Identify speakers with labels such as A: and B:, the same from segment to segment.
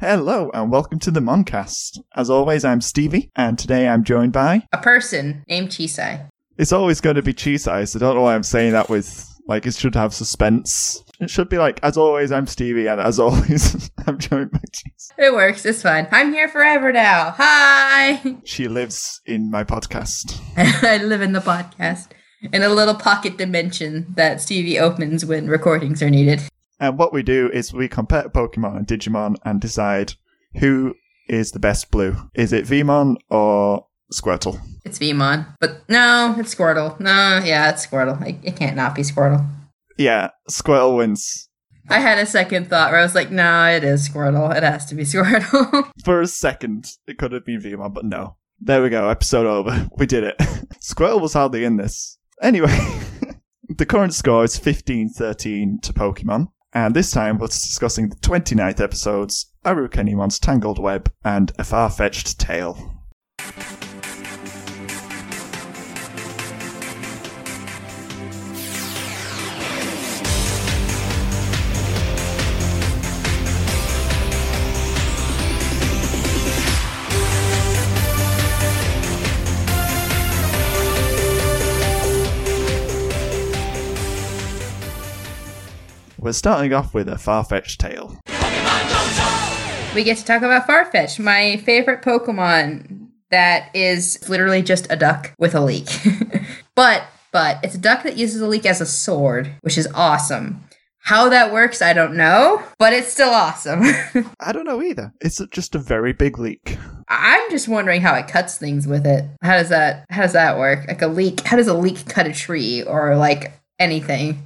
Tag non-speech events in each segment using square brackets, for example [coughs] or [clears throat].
A: Hello and welcome to the Moncast. As always, I'm Stevie, and today I'm joined by.
B: A person named Chisai.
A: It's always going to be cheese eyes. I don't know why I'm saying that with like it should have suspense. It should be like as always I'm Stevie, and as [laughs] always I'm joined by cheese.
B: It works. It's fine. I'm here forever now. Hi. [laughs]
A: She lives in my podcast.
B: I live in the podcast in a little pocket dimension that Stevie opens when recordings are needed.
A: And what we do is we compare Pokemon and Digimon and decide who is the best blue. Is it Vmon or Squirtle?
B: It's Vmon, but no, it's Squirtle. No, yeah, it's Squirtle. It, it can't not be Squirtle.
A: Yeah, Squirtle wins.
B: I had a second thought where I was like, no, it is Squirtle. It has to be Squirtle. [laughs]
A: For a second, it could have been Vmon, but no. There we go, episode over. [laughs] We did it. Squirtle was hardly in this. Anyway, [laughs] the current score is 15 13 to Pokemon. And this time we're discussing the 29th episodes, Arukenimon's Tangled Web, and A Far-Fetched Tale. We're starting off with A Far-Fetched Tale.
B: we get to talk about Farfetch, my favorite Pokemon that is literally just a duck with a leak. [laughs] but but it's a duck that uses a leak as a sword, which is awesome. How that works, I don't know, but it's still awesome. [laughs]
A: I don't know either. It's just a very big leak.
B: I'm just wondering how it cuts things with it. How does that how does that work? Like a leak, how does a leak cut a tree or like anything?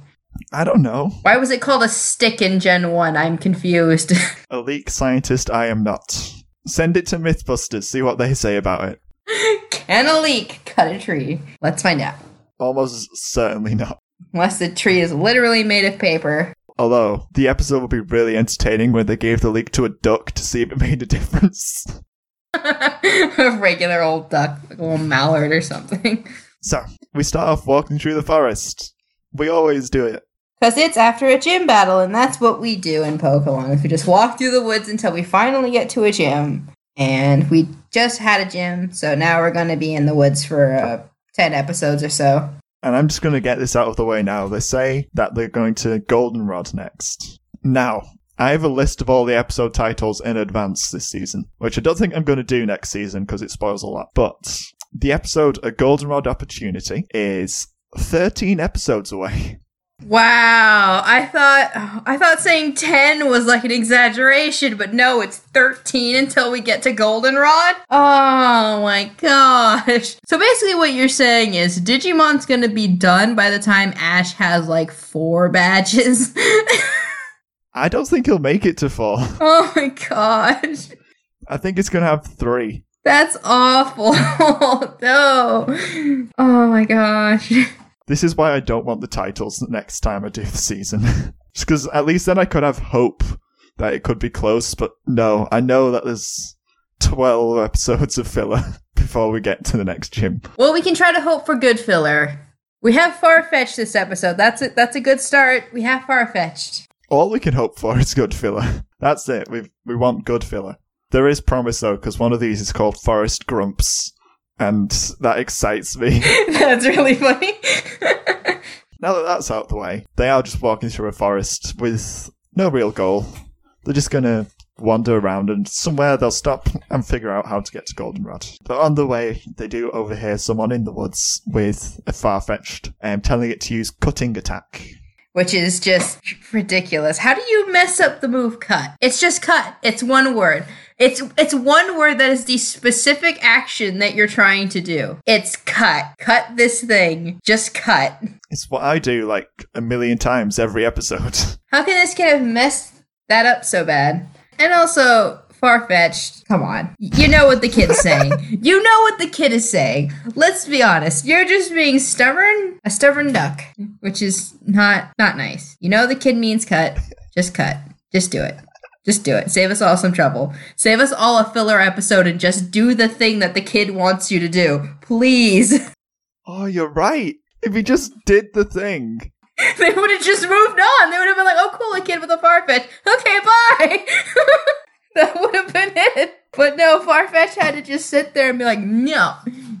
A: I don't know.
B: Why was it called a stick in Gen 1? I'm confused. [laughs]
A: A leak scientist I am not. Send it to Mythbusters, see what they say about it.
B: Can a leak cut a tree? Let's find out.
A: Almost certainly not.
B: Unless the tree is literally made of paper. [laughs]
A: Although, the episode would be really entertaining when they gave the leak to a duck to see if it [laughs] made a difference. [laughs]
B: a regular old duck, like a little mallard or something. [laughs]
A: So, we start off walking through the forest. We always do it.
B: Because it's after a gym battle, and that's what we do in Pokemon. Is we just walk through the woods until we finally get to a gym. And we just had a gym, so now we're going to be in the woods for uh, 10 episodes or so.
A: And I'm just going to get this out of the way now. They say that they're going to Goldenrod next. Now, I have a list of all the episode titles in advance this season, which I don't think I'm going to do next season because it spoils a lot. But the episode A Goldenrod Opportunity is 13 episodes away. [laughs]
B: Wow, I thought I thought saying 10 was like an exaggeration, but no, it's 13 until we get to Goldenrod. Oh my gosh. [laughs] So basically what you're saying is Digimon's going to be done by the time Ash has like 4 [laughs] badges.
A: I don't think he'll make it to four. [laughs]
B: oh my gosh.
A: I think it's going to have three.
B: That's awful. [laughs] no. Oh my gosh. [laughs]
A: This is why I don't want the titles the next time I do the season. [laughs] Just because at least then I could have hope that it could be close, but no, I know that there's 12 episodes of filler [laughs] before we get to the next gym.
B: Well, we can try to hope for good filler. We have Farfetch'd this episode. That's it. That's a good start. We have Farfetch'd.
A: All we can hope for is good filler. [laughs] That's it. We we want good filler. There is promise though, because one of these is called Forest Grumps, and that excites me. [laughs]
B: [laughs] That's really funny.
A: now that that's out the way, they are just walking through a forest with no real goal. They're just gonna wander around, and somewhere they'll stop and figure out how to get to Goldenrod. But on the way, they do overhear someone in the woods with a far-fetched, um, telling it to use cutting attack.
B: Which is just ridiculous. How do you mess up the move cut? It's just cut. It's one word. It's it's one word that is the specific action that you're trying to do. It's cut. Cut this thing. Just cut.
A: It's what I do like a million times every episode. [laughs]
B: How can this kid have messed that up so bad? And also, far fetched. Come on. You know what the kid's saying. You know what the kid is saying. Let's be honest. You're just being stubborn, a stubborn duck, which is not not nice. You know the kid means cut. Just cut. Just do it. Just do it. Save us all some trouble. Save us all a filler episode and just do the thing that the kid wants you to do. Please. [laughs]
A: Oh, you're right. If he just did the thing.
B: [laughs] they would have [laughs] just moved on. They would have been like, oh, cool, a kid with a far fetch. Okay, bye. [laughs] that would But no, Farfetch had to just sit there and be like, no,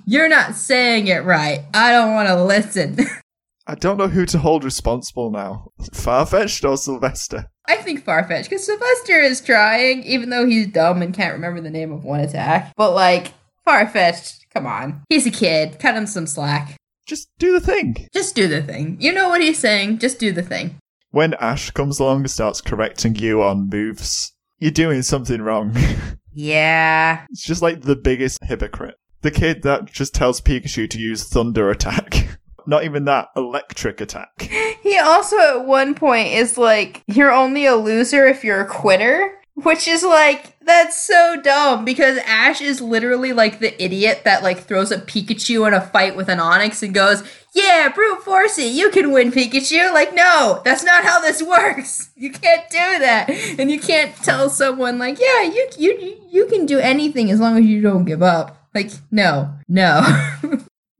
B: you're not saying it right. I don't want to listen. [laughs]
A: I don't know who to hold responsible now. Farfetched or Sylvester?
B: I think Farfetch, because Sylvester is trying, even though he's dumb and can't remember the name of one attack. But like, Farfetch, come on. He's a kid. Cut him some slack.
A: Just do the thing.
B: Just do the thing. You know what he's saying. Just do the thing.
A: When Ash comes along and starts correcting you on moves, you're doing something wrong. [laughs]
B: Yeah.
A: it's just like the biggest hypocrite. The kid that just tells Pikachu to use thunder attack. [laughs] Not even that, electric attack.
B: [laughs] He also, at one point, is like, you're only a loser if you're a quitter. Which is like, that's so dumb because Ash is literally like the idiot that like throws a Pikachu in a fight with an Onyx and goes, Yeah, brute force it, you can win Pikachu. Like, no, that's not how this [laughs] works. You can't do that. And you can't tell someone like, yeah, you you you can do anything as long as you don't give up. Like, no, no. [laughs]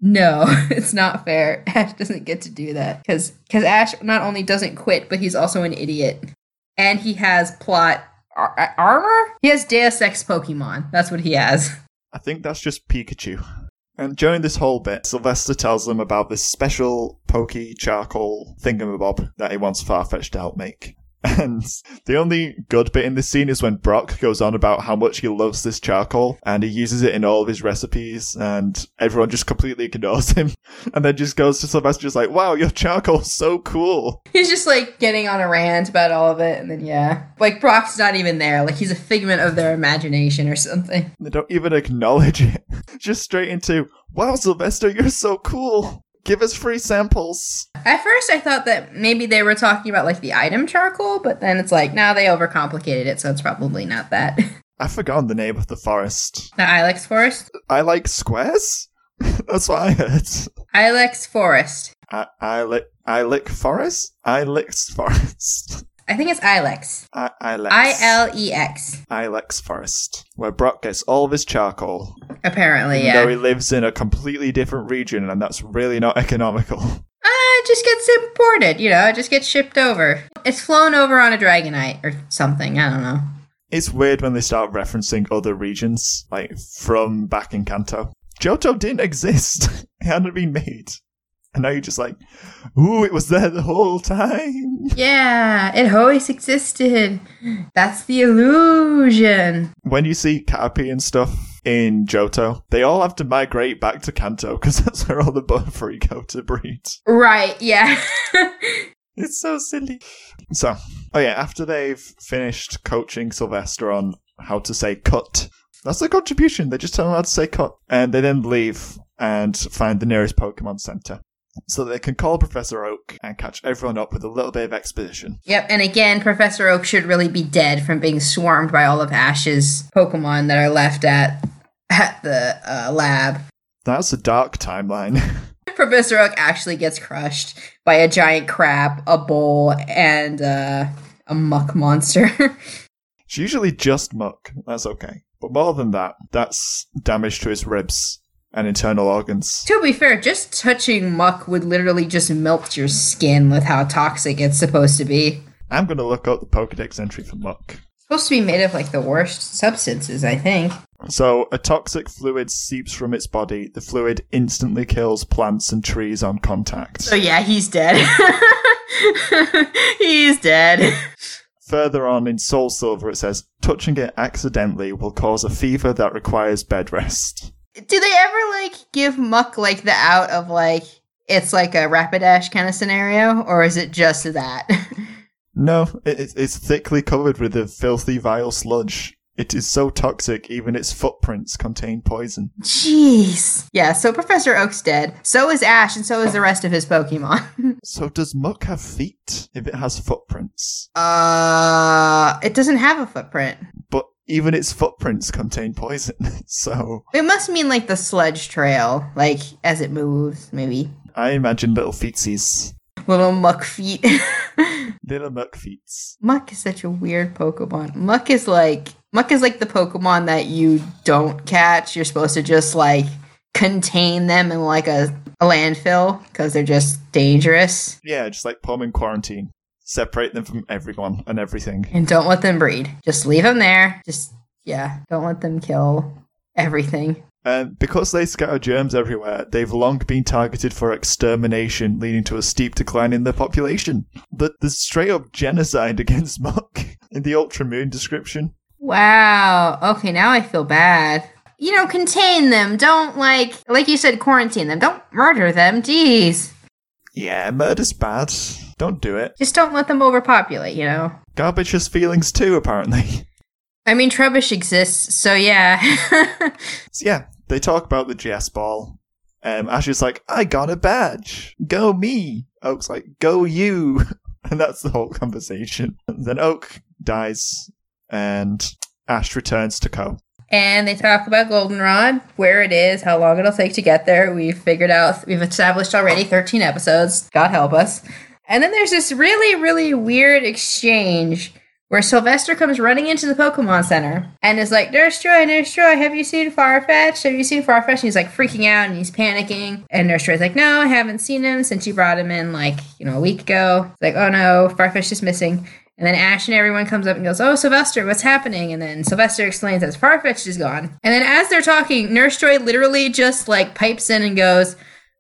B: No, [laughs] it's not fair. [laughs] Ash doesn't get to do that because because Ash not only doesn't quit, but he's also an idiot, and he has plot ar- ar- armor. He has Deus Ex Pokemon. That's what he has. [laughs]
A: I think that's just Pikachu. And during this whole bit, Sylvester tells them about this special pokey charcoal thingamabob that he wants Farfetch to help make. [laughs] And the only good bit in this scene is when Brock goes on about how much he loves this charcoal and he uses it in all of his recipes and everyone just completely ignores him. [laughs] And then just goes to Sylvester just like, wow, your charcoal's so cool.
B: He's just like getting on a rant about all of it, and then yeah, like Brock's not even there. Like he's a figment of their imagination or something.
A: They don't even acknowledge it. [laughs] Just straight into, wow, Sylvester, you're so cool. Give us free samples.
B: At first, I thought that maybe they were talking about like the item charcoal, but then it's like now they overcomplicated it, so it's probably not that. [laughs]
A: I've forgotten the name of the forest.
B: the Ilex Forest,
A: I like squares? [laughs] That's what I heard.
B: Ilex Forest.
A: I, I, lick, I lick forest? I lick forest. [laughs]
B: I think it's Ilex.
A: I, I lex.
B: I L E X.
A: I lex forest. Where Brock gets all of his charcoal.
B: Apparently,
A: Even Though
B: yeah.
A: he lives in a completely different region and that's really not [laughs] economical.
B: Uh, it just gets imported, you know. It just gets shipped over. It's flown over on a Dragonite or something. I don't know.
A: It's weird when they start referencing other regions, like from back in Kanto. Johto didn't exist. [laughs] it hadn't been made. And now you're just like, ooh, it was there the whole time.
B: Yeah, it always existed. That's the illusion.
A: when you see Caterpie and stuff in Johto, they all have to migrate back to Kanto because [laughs] that's where all the butterfree go to breed. [laughs]
B: Right? Yeah. [laughs]
A: It's so silly. So, oh yeah, after they've finished coaching Sylvester on how to say cut, that's the contribution. They just tell him how to say cut. And they then leave and find the nearest Pokemon Center so they can call Professor Oak and catch everyone up with a little bit of exposition.
B: yep. And again, Professor Oak should really be dead from being swarmed by all of Ash's Pokemon that are left at at the uh, lab.
A: That's a dark timeline. [laughs]
B: Professor Oak actually gets crushed by a giant crab, a bull, and uh, a muck monster. [laughs]
A: It's usually just muck. That's okay. But more than that, that's damage to his ribs and internal organs.
B: to be fair, just touching muck would literally just melt your skin with how toxic it's supposed to be.
A: I'm going to look up the Pokedex entry for muck.
B: It's supposed to be made of like the worst substances, I think.
A: So, a toxic fluid seeps from its body. The fluid instantly kills plants and trees on contact.
B: So yeah, he's dead. [laughs] he's dead.
A: Further on in Soul Silver, it says touching it accidentally will cause a fever that requires bed rest.
B: Do they ever like give muck like the out of like it's like a rapidash kind of scenario, or is it just that? [laughs]
A: No, it, it- it's thickly covered with a filthy, vile sludge. It is so toxic, even its footprints contain poison.
B: Jeez. Yeah, so Professor Oak's dead. So is Ash, and so is the rest of his Pokemon. [laughs]
A: So does Muck have feet if it has footprints?
B: uh, it doesn't have a footprint.
A: But even its footprints contain poison. [laughs] so
B: It must mean like the sludge trail, like as it moves, maybe.
A: I imagine little feetsies.
B: Little muck feet. [laughs]
A: Little Muck feets.
B: muck is such a weird Pokemon. Muck is like Muck is like the Pokemon that you don't catch. You're supposed to just like contain them in like a, a landfill because they're just dangerous
A: Yeah, just like put 'em in quarantine. Separate them from everyone and everything.
B: and don't let them breed. Just leave them there. Just Yeah, don't let them kill everything.
A: Um, because they scatter germs everywhere, they've long been targeted for extermination, leading to a steep decline in their population. The, the straight up genocide [laughs] against Mok in the Ultra Moon description.
B: Wow. Okay, now I feel bad. You know, contain them. Don't like like you said, quarantine them. Don't murder them. Jeez.
A: Yeah, murder's bad. Don't do it.
B: Just don't let them overpopulate, you know?
A: Garbage has feelings too, apparently. [laughs]
B: I mean Trebush exists, so yeah. [laughs]
A: So yeah, they talk about the GS ball. Um, Ash is like, I got a badge. Go me. Oak's like, go you. [laughs] And that's the whole conversation. [laughs] And then Oak dies, and Ash returns to Co.
B: and they talk about Goldenrod, where it is, how long it'll take to get there. We've figured out, we've established already 13 episodes. God help us. And then there's this really, really weird exchange where Sylvester comes running into the Pokemon Center and is like, Nurse Joy, Nurse Joy, have you seen Farfetch? Have you seen Farfetch? And he's like freaking out and he's panicking. And Nurse Joy's like, No, I haven't seen him since you brought him in like, you know, a week ago. It's like, oh no, Farfetch is missing. And then Ash and everyone comes up and goes, Oh, Sylvester, what's happening? And then Sylvester explains that Farfetch is gone. And then as they're talking, Nurse Joy literally just like pipes in and goes,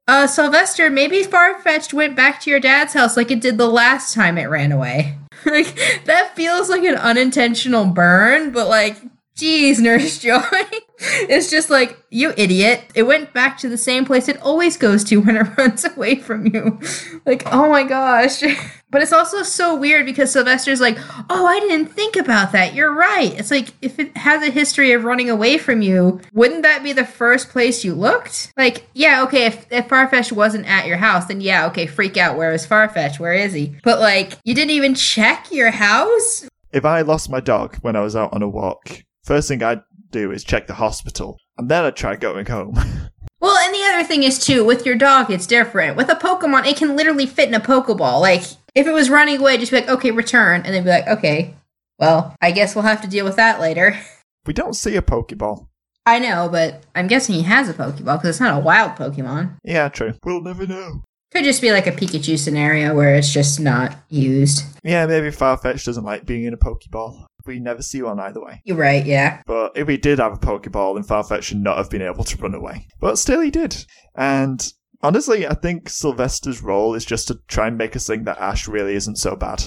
B: Uh, Sylvester, maybe Farfetch went back to your dad's house like it did the last time it ran away. [laughs] like, that feels like an unintentional burn, but like, geez, Nurse Joy. [laughs] it's just like, You idiot. It went back to the same place it always goes to when it [laughs] runs away from you. like, oh my gosh. [laughs] But it's also so weird because Sylvester's like, oh, I didn't think about that. You're right. It's like, if it has a history of running away from you, wouldn't that be the first place you looked? Like, yeah, okay, if, if Farfetch wasn't at your house, then yeah, okay, freak out. Where is Farfetch? Where is he? But like, you didn't even check your house?
A: If I lost my dog when I was out on a walk, first thing I'd do is check the hospital, and then I'd try going home. [laughs]
B: Well, and the other thing is too, with your dog, it's different. With a Pokemon, it can literally fit in a Pokeball. Like, if it was running away, just be like, okay, return, and then be like, okay, well, I guess we'll have to deal with that later.
A: we don't see a Pokeball.
B: I know, but I'm guessing he has a Pokeball because it's not a wild Pokemon.
A: Yeah, true. We'll never know.
B: Could just be like a Pikachu scenario where it's just not used.
A: Yeah, maybe Farfetch doesn't like being in a Pokeball. We never see one either way.
B: You're right, yeah. [laughs]
A: But if he did have a Pokeball, then Farfetch should not have been able to run away. But still, he did. And honestly, I think Sylvester's role is just to try and make us think that Ash really isn't so bad.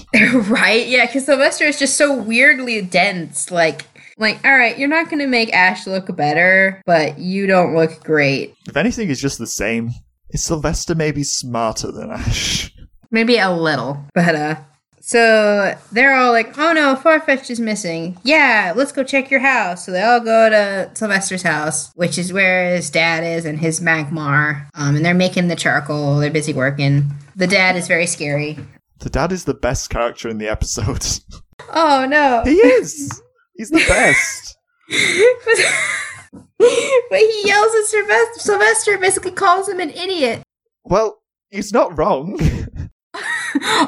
B: right, yeah, because Sylvester is just so weirdly dense. Like, like, all right, you're not gonna make Ash look better, but you don't look great.
A: If anything, he's just the same. Is Sylvester maybe smarter than Ash?
B: Maybe a little, but uh. So they're all like, "Oh no, Farfetch is missing. Yeah, let's go check your house." So they all go to Sylvester's house, which is where his dad is and his Magmar. Um, and they're making the charcoal. They're busy working. The dad is very scary.
A: The dad is the best character in the episode. [laughs]
B: Oh no! [laughs]
A: he is! He's the best!
B: but, but he yells at Sylvester. Sylvester basically calls him an idiot.
A: Well, he's not wrong.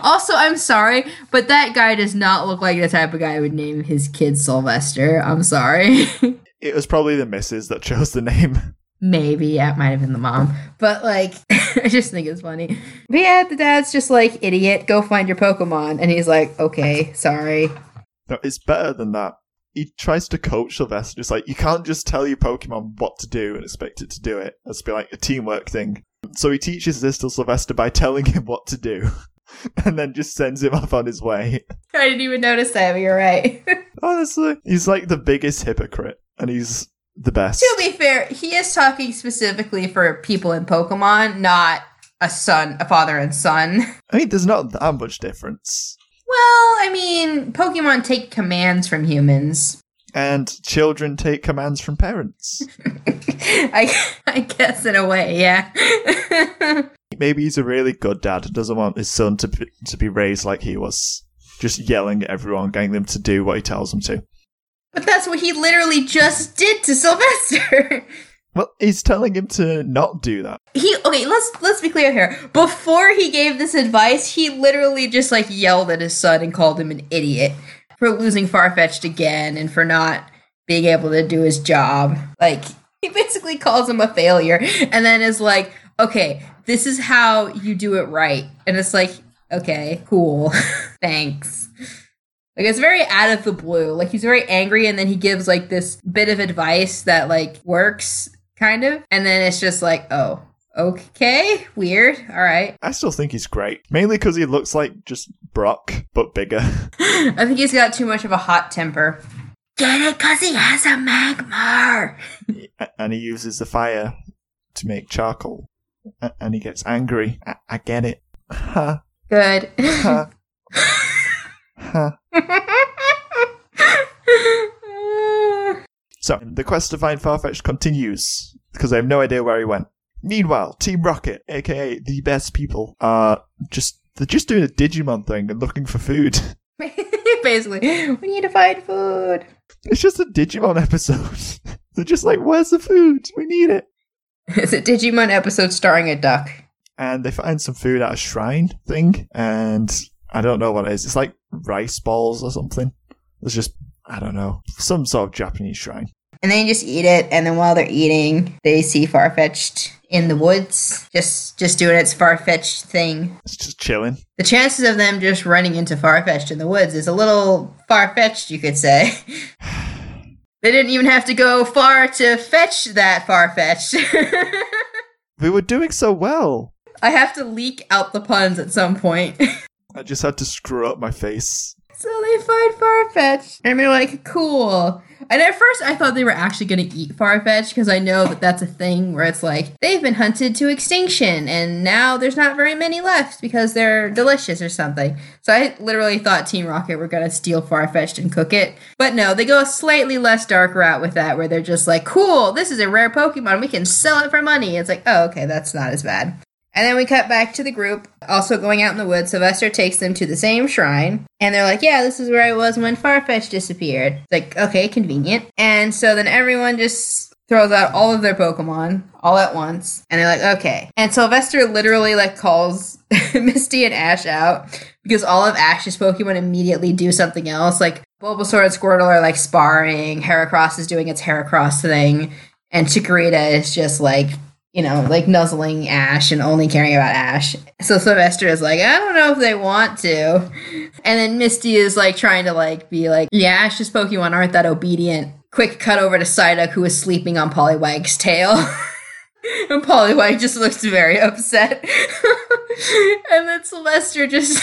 B: Also, I'm sorry, but that guy does not look like the type of guy who would name his kid Sylvester. I'm sorry. [laughs]
A: It was probably the missus that chose the name.
B: Maybe, yeah, it might have been the mom. But like [laughs] I just think it's funny. But yeah, the dad's just like, idiot, go find your Pokemon. And he's like, Okay, sorry. [laughs]
A: No, it's better than that. He tries to coach Sylvester. It's like, you can't just tell your Pokemon what to do and expect it to do it. That's be like a teamwork thing. So he teaches this to Sylvester by telling him what to do, [laughs] and then just sends him off on his way. [laughs]
B: I didn't even notice that, but you're right. [laughs]
A: Honestly, he's like the biggest hypocrite, and he's the best.
B: to be fair, he is talking specifically for people in Pokemon, not a son, a father and son. [laughs]
A: I mean, there's not that much difference.
B: Well, I mean, Pokemon take commands from humans. [laughs]
A: And children take commands from parents.
B: I, I guess in a way, yeah. [laughs]
A: Maybe he's a really good dad and doesn't want his son to be, to be raised like he was, just yelling at everyone, getting them to do what he tells them to.
B: but that's what he literally just did to Sylvester. [laughs]
A: Well, he's telling him to not do that.
B: he okay, let's let's be clear here. Before he gave this advice, he literally just like yelled at his son and called him an idiot for losing Farfetched again and for not being able to do his job. Like [laughs] he basically calls him a failure and then is like, "Okay, this is how you do it right." And it's like, "Okay, cool. [laughs] Thanks." Like it's very out of the blue. Like he's very angry and then he gives like this bit of advice that like works kind of and then it's just like, "Oh, okay, weird. All right." [clears throat]
A: I still think he's great, mainly because he looks like just Brock but bigger. [laughs]
B: I think he's got too much of a hot temper. Get it cuz he has a magmar.
A: A- and he uses the fire to make charcoal, A- and he gets angry. I, I get it. Ha
B: Good.
A: ha
B: [laughs]
A: ha. So the quest to find Farfetch continues because I have no idea where he went. Meanwhile, Team Rocket, aka the best people, are just they're just doing a Digimon thing and looking for food. [laughs]
B: Basically, we need to find food. [laughs]
A: It's just a Digimon episode. [laughs] they're just like, "Where's the food? We need it."
B: It's a Digimon episode starring a duck.
A: And they find some food at a shrine thing, and I don't know what it is. It's like rice balls or something. It's just I don't know some sort of Japanese shrine.
B: And they just eat it, and then while they're eating, they see Farfetched in the woods, just just doing its Farfetched thing.
A: It's just chilling.
B: The chances of them just running into Farfetched in the woods is a little far-fetched, you could say. [laughs] they didn't even have to go far to fetch that Farfetched. [laughs]
A: We were doing so well.
B: I have to leak out the puns at some point. [laughs]
A: I just had to screw up my face
B: So they find Farfetch. And they're like, cool. And at first, I thought they were actually going to eat Farfetch because I know that that's a thing where it's like they've been hunted to extinction and now there's not very many left because they're delicious or something. So I literally thought Team Rocket were going to steal Farfetch and cook it. But no, they go a slightly less dark route with that where they're just like, cool, this is a rare Pokemon. We can sell it for money. It's like, oh, okay, that's not as bad. And then we cut back to the group, also going out in the woods. Sylvester takes them to the same shrine, and they're like, "Yeah, this is where I was when Farfetch disappeared." It's like, okay, convenient. And so then everyone just throws out all of their Pokemon all at once, and they're like, "Okay." And Sylvester literally like calls [laughs] Misty and Ash out because all of Ash's Pokemon immediately do something else. Like Bulbasaur and Squirtle are like sparring. Heracross is doing its Heracross thing, and Chikorita is just like you know, like nuzzling Ash and only caring about Ash. So Sylvester is like, I don't know if they want to. And then Misty is like trying to like be like, yeah, Ash's Pokemon aren't that obedient. Quick cut over to Psyduck who is sleeping on Poliwag's tail. [laughs] and Poliwag just looks very upset. [laughs] and then Sylvester just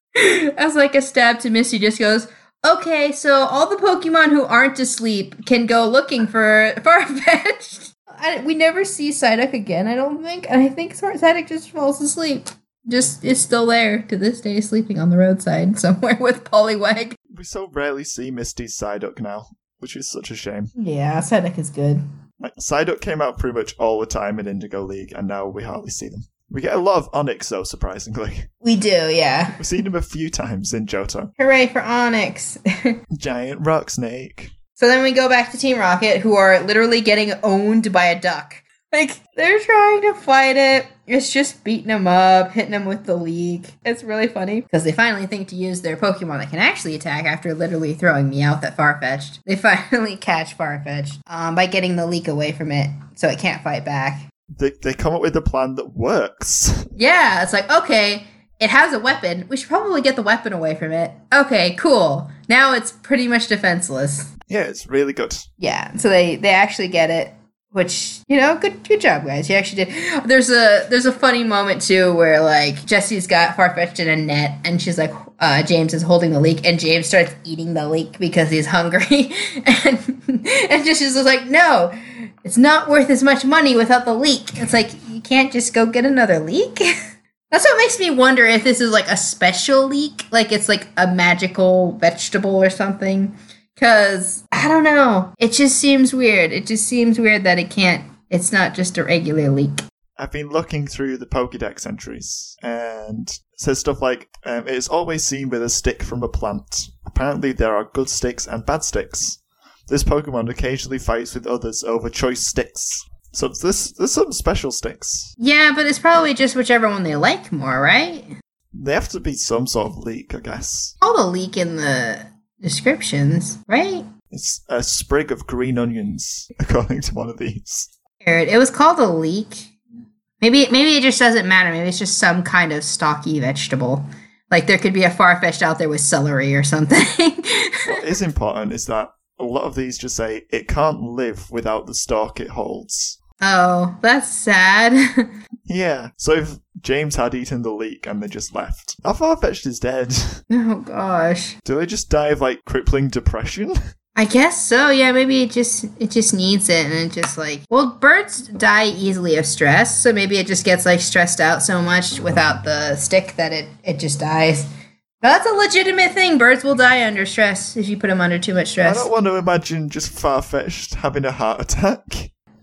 B: [laughs] as like a stab to Misty just goes, Okay, so all the Pokemon who aren't asleep can go looking for [laughs] Farfetch'd. I, we never see Psyduck again, I don't think. And I think Sor- Psyduck just falls asleep. Just is still there to this day, sleeping on the roadside somewhere [laughs] with Poliwag.
A: We so rarely see Misty's Psyduck now, which is such a shame.
B: Yeah, Psyduck is good.
A: Like, Psyduck came out pretty much all the time in Indigo League, and now we hardly see them. We get a lot of Onyx, though, surprisingly. [laughs]
B: We do, yeah.
A: We've seen him a few times in Johto.
B: Hooray for Onyx. [laughs]
A: Giant rock snake.
B: so then we go back to Team Rocket, who are literally getting owned by a duck. Like, they're trying to fight it. It's just beating them up, hitting them with the leak. It's really funny. Because they finally think to use their Pokemon that can actually attack after literally throwing me out that Farfetch'd. They [laughs] finally catch Farfetch'd um, by getting the leak away from it so it can't fight back.
A: They, they come up with a plan that works. [laughs]
B: Yeah, it's like, okay, it has a weapon. We should probably get the weapon away from it. Okay, cool. Now it's pretty much defenseless.
A: yeah, it's really good.
B: Yeah, so they they actually get it, which you know, good good job, guys. You actually did. There's a there's a funny moment too where like Jesse's got Farfetch'd in a net, and she's like, uh, James is holding the leak, and James starts eating the leak because he's hungry, [laughs] and and Jesse's just like, no, it's not worth as much money without the leak. It's like you can't just go get another [laughs] leak. That's what makes me wonder if this is like a special leek, like it's like a magical vegetable or something. Cause I don't know, it just seems weird. It just seems weird that it can't. It's not just a regular leek.
A: I've been looking through the Pokedex entries, and it says stuff like um, it is always seen with a stick from a plant. Apparently, there are good sticks and bad sticks. This Pokemon occasionally fights with others over choice sticks. So this, there's some special sticks.
B: Yeah, but it's probably just whichever one they like more, right?
A: They have to be some sort of leak, I guess.
B: All the leek in the descriptions, right?
A: It's a sprig of green onions, [laughs] according to one of these.
B: Weird. It was called a leek. Maybe maybe it just doesn't matter. Maybe it's just some kind of stalky vegetable. Like there could be a Farfetch'd out there with celery or something. [laughs]
A: What is important is that a lot of these just say it can't live without the stalk it holds.
B: oh, that's sad. [laughs]
A: Yeah. So if James had eaten the leek and they just left, how far-fetched is dead? [laughs]
B: oh gosh.
A: Do they just die of like crippling depression?
B: I guess so. Yeah, maybe it just it just needs it, and it just like well, birds die easily of stress, so maybe it just gets like stressed out so much without the stick that it it just dies. But that's a legitimate thing. Birds will die under stress if you put them under too much
A: I
B: stress.
A: don't want to imagine just far-fetched having a heart attack.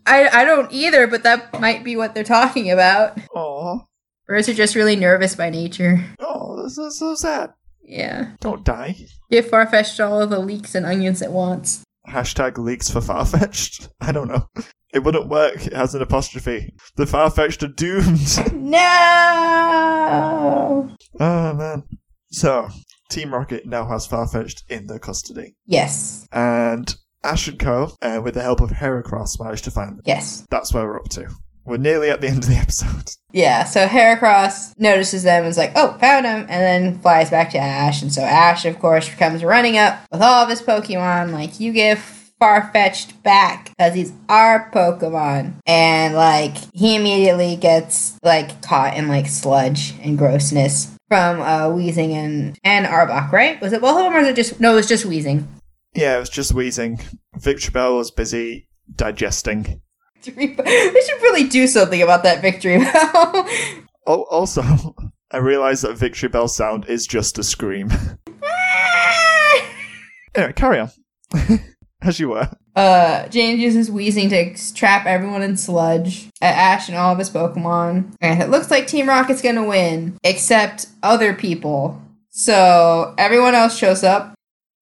B: I I don't either, but that might be what they're talking about.
A: Aw.
B: Birds are just really nervous by nature.
A: Oh, that's, that's so sad.
B: Yeah,
A: Don't die.
B: get far fetched all of the leeks and onions at once.
A: Hashtag leaks for far-fetched. [laughs] I don't know. It wouldn't work. It has an apostrophe. The far-fetched are doomed. [laughs]
B: No.
A: oh, man. So, Team Rocket now has far-fetched in their custody.
B: Yes.
A: and Ash and Co, uh, with the help of Heracross, managed to find them.
B: Yes.
A: That's where we're up to. We're nearly at the end of the [laughs] episode.
B: Yeah, so Heracross notices them and is like, oh, found him, and then flies back to Ash. And so Ash, of course, comes running up with all of his Pokemon, like, you give Farfetch'd back because he's our Pokemon. And, like, he immediately gets, like, caught in, like, sludge and grossness from uh, Wheezing and, and Arbok, right? Was it both of them or was it just, no, it was just Wheezing. [laughs]
A: Yeah, it was just wheezing. Victor Bell was busy digesting.
B: Three, po- we should really do something about that victory, though.
A: Oh, also, [laughs] I realised that Victory Bell's sound is just a scream. [laughs] anyway, carry on. [laughs] As you were.
B: Uh, James uses wheezing to trap everyone in sludge at Ash and all of his Pokemon. And it looks like Team Rocket's gonna win, except other people. So everyone else shows up,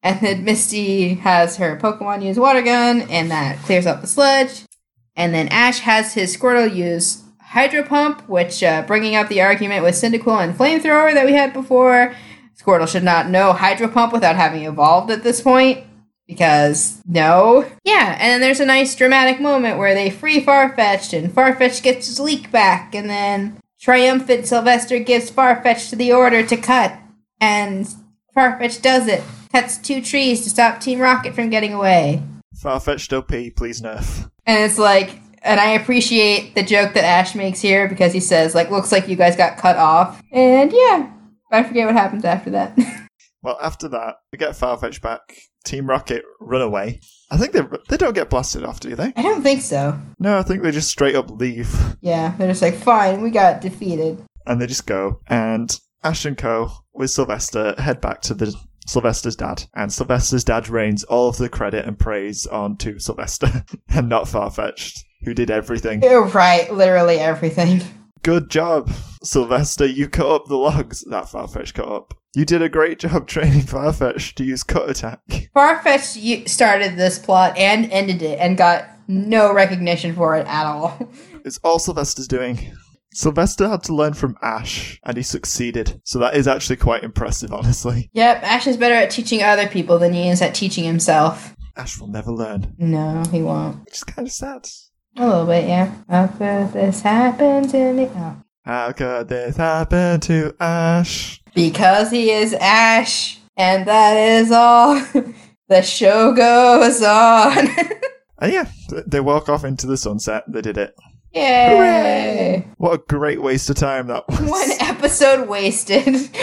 B: and then Misty has her Pokemon use Water Gun, and that clears up the sludge. And then Ash has his Squirtle use Hydro Pump, which, uh, bringing up the argument with Cyndaquil and Flamethrower that we had before, Squirtle should not know Hydro Pump without having evolved at this point because no. Yeah, and then there's a nice dramatic moment where they free Farfetch'd and Farfetch'd gets his leak back, and then triumphant Sylvester gives Farfetch'd the order to cut, and Farfetch'd does it. Cuts two trees to stop Team Rocket from getting away.
A: Farfetched OP, please nerf.
B: And it's like, and I appreciate the joke that Ash makes here because he says, like, looks like you guys got cut off. And yeah, I forget what happens after that. [laughs]
A: Well, after that, we get Farfetch back. Team Rocket run away. I think they they don't get blasted off, do they?
B: I don't think so.
A: No, I think they just straight up leave.
B: Yeah, they're just like, fine, we got defeated.
A: and they just go. And Ash and Co with Sylvester head back to the Sylvester's dad, and Sylvester's dad rains all of the credit and praise on to Sylvester, [laughs] and not Farfetched, who did everything.
B: You're [laughs] right, literally everything.
A: Good job, Sylvester. You cut up the logs that Farfetched cut up. You did a great job [laughs] training Farfetched to use cut attack.
B: Farfetch you- started this plot and ended it and got no recognition for it at all. [laughs]
A: It's all Sylvester's doing. Sylvester had to learn from Ash, and he succeeded. So that is actually quite impressive, honestly.
B: yep, Ash is better at teaching other people than he is at teaching himself.
A: Ash will never learn,
B: No, he won't.
A: which is kind of sad.
B: A little bit, yeah. How could this happen to me? Oh.
A: How could this happen to Ash?
B: Because he is Ash, and that is all. [laughs] the show goes on. [laughs]
A: And yeah, th- they walk off into the sunset. They did it.
B: Yay!
A: What a great waste of time that was.
B: One episode
A: [laughs]
B: wasted. [laughs]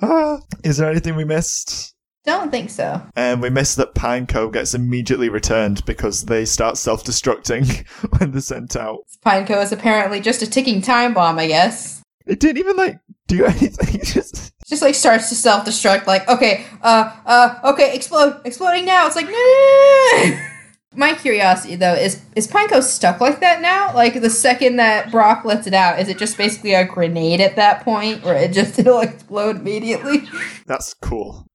A: Ah, is there anything we missed?
B: Don't think so.
A: And we missed that Pineco gets immediately returned because they start self destructing [laughs] when they're sent out.
B: Pineco is apparently just a ticking time bomb, I guess.
A: It didn't even like do [laughs] anything. it Just
B: It just like starts to self destruct, like, okay, uh, uh, okay, explode, exploding now. It's like, no, no, no, no, no. [laughs] My curiosity though is is Pineco stuck like that now? Like the second that Brock lets it out, is it just basically a grenade at that point, or it just [laughs] it'll explode immediately?
A: that's cool.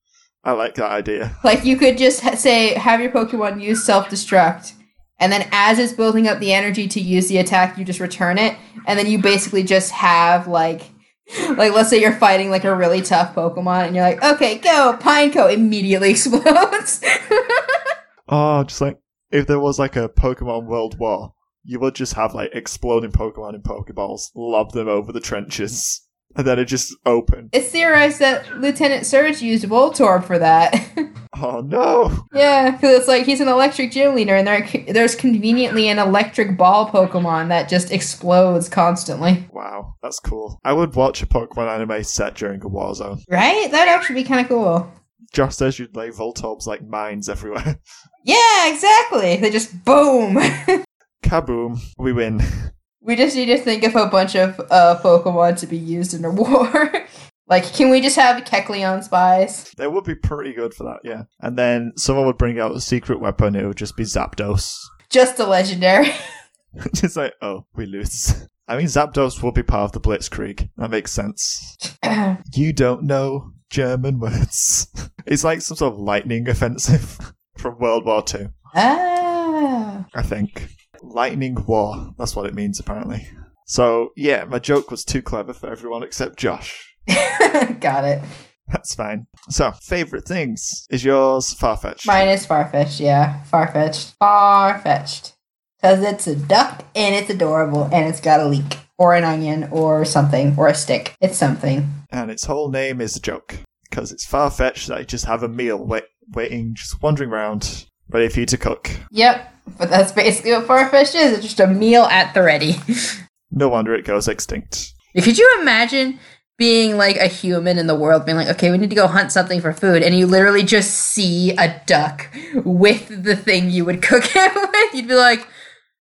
A: I like that idea.
B: Like you could just ha- say have your Pokemon use self destruct, and then as it's building up the energy to use the attack, you just return it, and then you basically just have like, [laughs] like let's say you're fighting like a really tough Pokemon, and you're like, okay, go Pineco immediately [laughs] explodes.
A: Oh, just like if there was like a Pokemon World War, you would just have like exploding Pokemon in Pokeballs, lob them over the trenches. and then it just opened.
B: It's theorized that Lieutenant Surge used Voltorb for that. [laughs]
A: Oh no!
B: yeah, because it's like he's an electric gym leader, and there, there's conveniently an electric ball Pokemon that just explodes constantly.
A: Wow, that's cool. I would watch a Pokemon anime set during a war zone.
B: Right? That'd actually be kind of cool.
A: Just as you'd lay Voltorbs like mines everywhere. [laughs]
B: Yeah, exactly. They just boom. [laughs]
A: Kaboom, we win. [laughs]
B: we just need to think of a bunch of uh, Pokemon to be used in a [laughs] war. like, can we just have Kecleon spies?
A: They would be pretty good for that, yeah. And then someone would bring out a secret weapon, it would just be Zapdos. [laughs]
B: Just a legendary. [coughs]
A: just like, oh, we lose. [laughs] I mean, Zapdos would be part of the Blitzkrieg. That makes sense. You don't know German words. it's [laughs] like some sort of lightning offensive [laughs] from World War Two,
B: ah. [laughs]
A: I think. Lightning war, that's what it means apparently. So yeah, my joke was too clever for everyone except Josh.
B: Got it.
A: That's fine. So, favourite things is yours Farfetch.
B: Mine is far-fetched, yeah. Far-fetched. Far-fetched. Because it's a duck, and it's adorable, and it's got a leek. Or an onion, or something, or a stick. It's something.
A: and its whole name is a joke. Because it's far-fetched that you just have a meal wait- waiting, just wandering around, ready for you to cook.
B: Yep. But that's basically what far-fetched is. It's just a meal at the ready. [laughs]
A: No wonder it goes extinct.
B: Could you imagine being like a human in the world, being like, okay, we need to go hunt something for food, and you literally just see a duck with the thing you would [laughs] cook it with? You'd be like,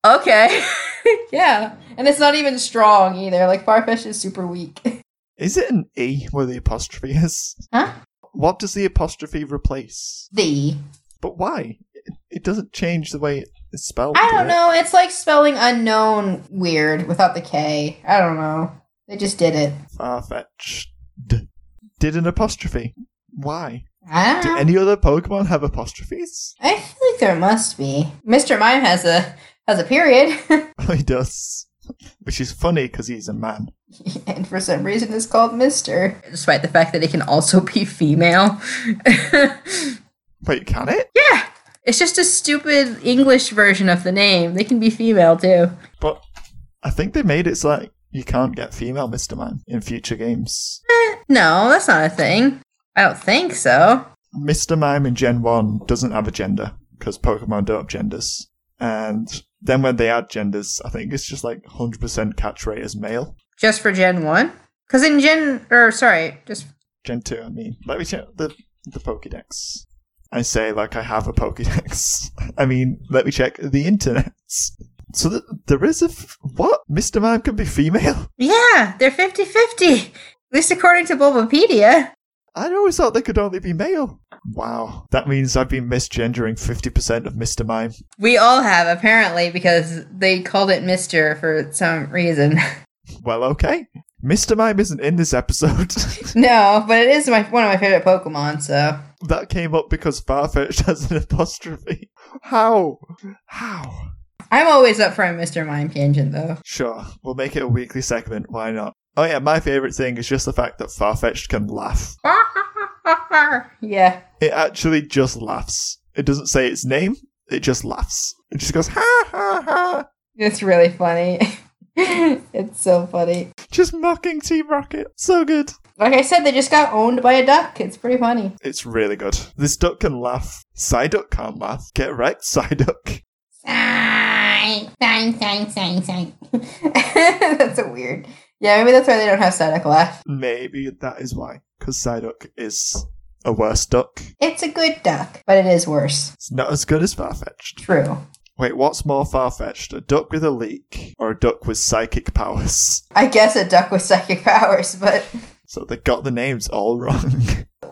B: okay, [laughs] yeah. And it's not even strong either. Like, Farfetch is super weak. [laughs]
A: Is it an E where the apostrophe is?
B: Huh?
A: What does the apostrophe replace?
B: The.
A: But why? It, it doesn't change the way it's spelled.
B: I
A: does
B: don't
A: it?
B: know. It's like spelling unknown weird without the K. I don't know. They just did it.
A: Farfetched. Did an apostrophe. Why?
B: I
A: Do
B: don't know.
A: any other Pokemon have apostrophes? [laughs]
B: I feel like there must be. Mr. Mime has a has a period. [laughs]
A: he does. Which is funny because he's a man.
B: [laughs] and for some reason it's called Mister. Despite the fact that it can also be female. [laughs] yeah.
A: Wait, can it?
B: It's just a stupid English version of the name. They can be female too.
A: But I think they made it so that you can't get female Mr. Man in future games.
B: No, that's not a thing. I don't think so.
A: Mr. Mime in Gen 1 doesn't have a gender because Pokemon don't have genders. And then when they add genders, I think it's just like 100% catch rate as male.
B: Just for Gen 1? Because in Gen. Or, sorry, just.
A: Gen 2, I mean. Let me check the, the Pokedex. I say, like, I have a Pokedex. [laughs] I mean, let me check the internet. So th- there is a. F- what? Mr. Mime can be female?
B: Yeah, they're 50 50. At least according to Bulbapedia.
A: I always thought they could only be male. Wow. That means I've been misgendering 50% of Mr. Mime.
B: We all have, apparently, because they called it Mister for some reason. [laughs]
A: Well, okay. Mr. Mime isn't in this episode. [laughs]
B: no, but it is my, one of my favorite Pokemon, so.
A: that came up because Farfetch'd [laughs] has an apostrophe. How? How?
B: I'm always up for a Mr. Mime tangent, though. [laughs]
A: Sure, we'll make it a weekly segment. Why not? Oh, yeah, my favourite thing is just the fact that Farfetch'd can laugh.
B: yeah.
A: It actually just laughs. It doesn't say its name, it just laughs. It just goes, ha ha ha.
B: It's really funny. [laughs] it's so funny.
A: Just mocking Team Rocket. So good.
B: Like I said, they just got owned by a duck. It's pretty funny. [laughs]
A: It's really good. This duck can laugh. Psyduck can't laugh. Get wrecked, [laughs] Psyduck.
B: Sigh, sigh, sigh, sigh, sigh. that's a weird. Yeah, maybe that's why they don't have Static left.
A: Maybe that is why. Because Psyduck is a worse duck.
B: It's a good duck, but it is worse.
A: It's not as good as Farfetch'd.
B: True.
A: Wait, what's more Farfetch'd? A duck with a leak or a duck with psychic powers? [laughs]
B: I guess a duck with [laughs] psychic powers, but
A: So they got the names all [laughs] wrong.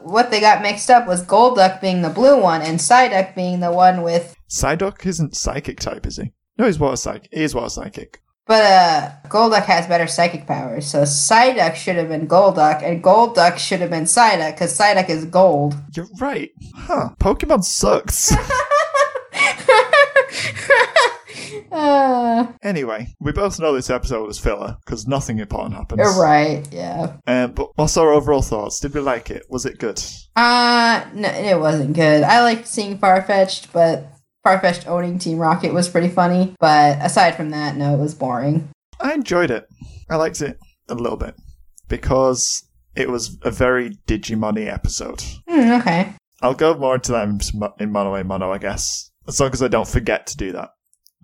B: what they got mixed up was Golduck being the blue one and Psyduck being the one with.
A: Psyduck isn't psychic type, is he? No, he's water psychic. He is water psychic.
B: But uh, Golduck has better psychic powers, so Psyduck should have been Golduck, and Golduck should have been Psyduck, because Psyduck is gold. [laughs]
A: You're right. Huh. Pokemon sucks.
B: uh,
A: anyway, we both know this episode was filler because nothing important happens.
B: you're right, yeah.
A: Um, but what's our overall thoughts? Did we like it? Was it good?
B: Uh, no, it wasn't good. I liked seeing Farfetched, but Farfetched owning Team Rocket was pretty funny. But aside from that, no, it was boring.
A: I enjoyed it. I liked it a little bit. because it was a very Digimon episode.
B: Hmm, okay.
A: I'll go more into that in, Mo- in Mono a Mono, I guess, as long as I don't forget to do that.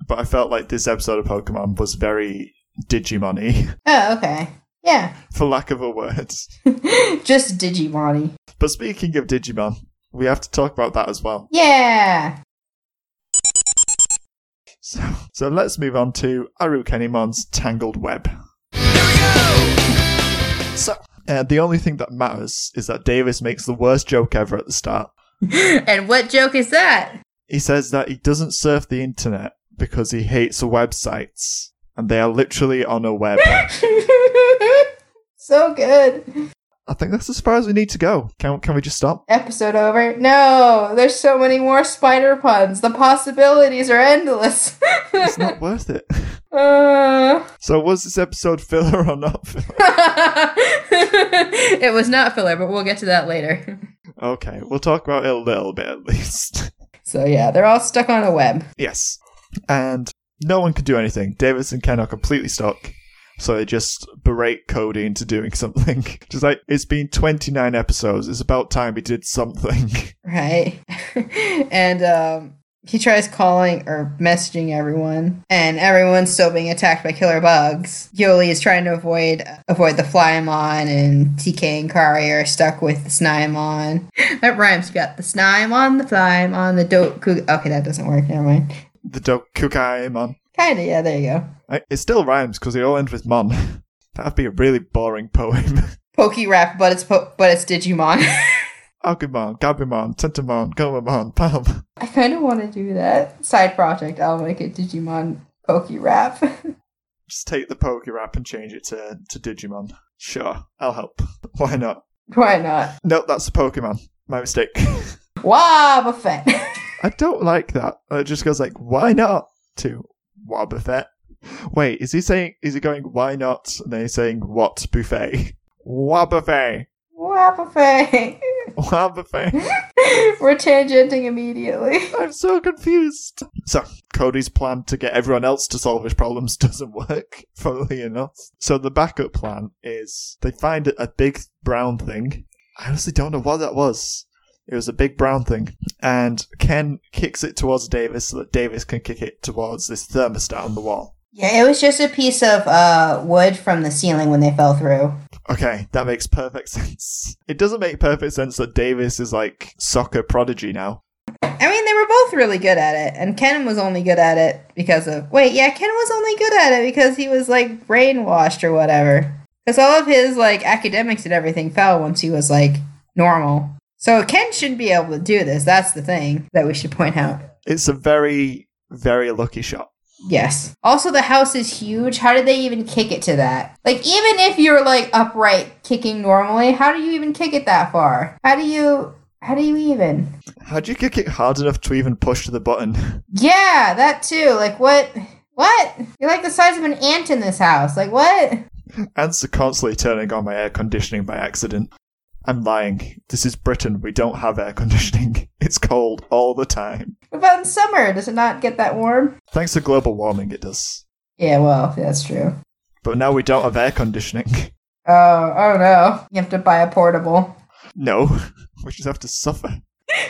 A: But I felt like this episode of Pokemon was very Digimon
B: Oh, okay. Yeah.
A: [laughs]
B: [laughs]
A: for lack of a word. [laughs]
B: Just Digimon.
A: But speaking of Digimon, we have to talk about that as well.
B: Yeah.
A: So, so let's move on to Arukenimon's Tangled Web. Here we go! So, uh, the only thing that matters is that Davis makes the worst joke ever at the start.
B: [laughs] And what joke is that?
A: He says that he doesn't surf the internet because he hates websites, and they are literally on a web.
B: [laughs] so good.
A: I think that's as far as we need to go. Can, can we just stop?
B: Episode over. No, there's so many more spider puns. The possibilities are endless. [laughs]
A: It's not worth it. [laughs]
B: Uh. [laughs]
A: So, was this episode filler or not filler?
B: it was not filler, but we'll get to that later.
A: Okay, we'll talk about it a little bit at least. [laughs]
B: So yeah, they're all stuck on a web.
A: Yes. And no one can do anything. Davis and Ken are completely stuck. So they just berate Cody into doing [laughs] something. Just like, it's been 29 episodes. It's about time he did something. [laughs]
B: right? [laughs] and um, he tries calling or messaging everyone, and everyone's still being attacked by killer bugs. Yoli is trying to avoid avoid the Flyamon, and TK and Kari are stuck with the Snymon. [laughs] that rhymes. You got the Snymon, the Flymon, the Dope. Okay, that doesn't work. Never mind.
A: The Dokukaimon.
B: Kinda, yeah. There you go.
A: I- It still rhymes because it all ends with mon. [laughs] That'd be a really boring poem. [laughs]
B: Pokey rap, but it's po- but it's Digimon. [laughs]
A: Agumon, Gabumon, Tentamon, Gomamon, Palm.
B: I kind of want to do that side project. I'll make it Digimon Pokey rap. [laughs]
A: Just take the Poke Rap and change it to, to Digimon. Sure, I'll help. Why not?
B: Why not?
A: Nope, that's a Pokemon. My mistake. [laughs]
B: [laughs] Wobbuffet.
A: I don't like that. It just goes like, why not? To what buffet? Wait, is he saying, is he going, why not? And then he's saying, what buffet? [laughs] What buffet?
B: Wabuffet.
A: What buffet?
B: [laughs] We're tangenting immediately.
A: I'm so confused. So, Cody's plan to get everyone else to solve his problems [laughs] doesn't work, funnily enough. So, the backup plan is they find a big brown thing. I honestly don't know what that was. It was a big brown thing. And Ken kicks it towards Davis so that Davis can kick it towards this thermostat on the wall.
B: Yeah, it was just a piece of uh, wood from the ceiling when they fell through.
A: Okay, that makes perfect [laughs] sense. It doesn't make perfect sense that Davis is like soccer prodigy now.
B: I mean, they were both really good at it, and Ken was only good at it because of. Wait, yeah, Ken was only good at it because he was like brainwashed or whatever. Because all of his like academics and everything fell once he was like normal. So Ken should be able to do this. That's the thing that we should point out.
A: It's a very, very lucky shot.
B: Yes. Also, the house is huge. How did they even kick it to that? Like, even if you're like upright kicking normally, how do you even kick it that far? How do you? How do you even?
A: How do you kick it hard enough to even push the button? [laughs]
B: Yeah, that too. Like, what? What? You're like the size of an ant in this house. Like, what?
A: Ants are constantly turning on my air conditioning by accident. I'm lying. This is Britain. We don't have air conditioning. [laughs] It's cold all the time.
B: What about in summer? Does it not get that warm?
A: Thanks to global warming, it does.
B: Yeah, well, that's true.
A: But now we don't have air conditioning. [laughs]
B: Oh, oh no. You have to buy a portable.
A: No, [laughs] we just have to suffer.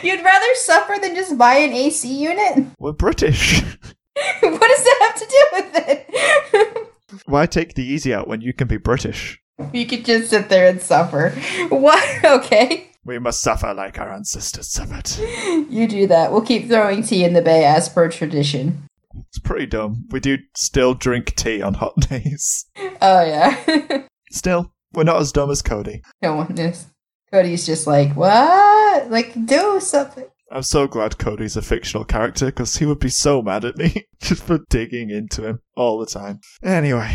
B: You'd rather suffer than just buy an AC unit? [laughs]
A: We're British. [laughs]
B: what does that have to do with it? [laughs]
A: Why take the easy out when you can be British?
B: You could just sit there and suffer. [laughs] What? Okay.
A: We must suffer like our ancestors suffered. [laughs]
B: You do that. We'll keep throwing tea in the bay as per tradition.
A: It's pretty dumb. We do still drink tea on hot [laughs] days.
B: Oh, yeah. [laughs]
A: Still, we're not as dumb as Cody.
B: no one is. Cody's just like, what? Like, do something.
A: I'm so glad Cody's a fictional character because he would be so mad at me [laughs] just for digging into him all the time. Anyway,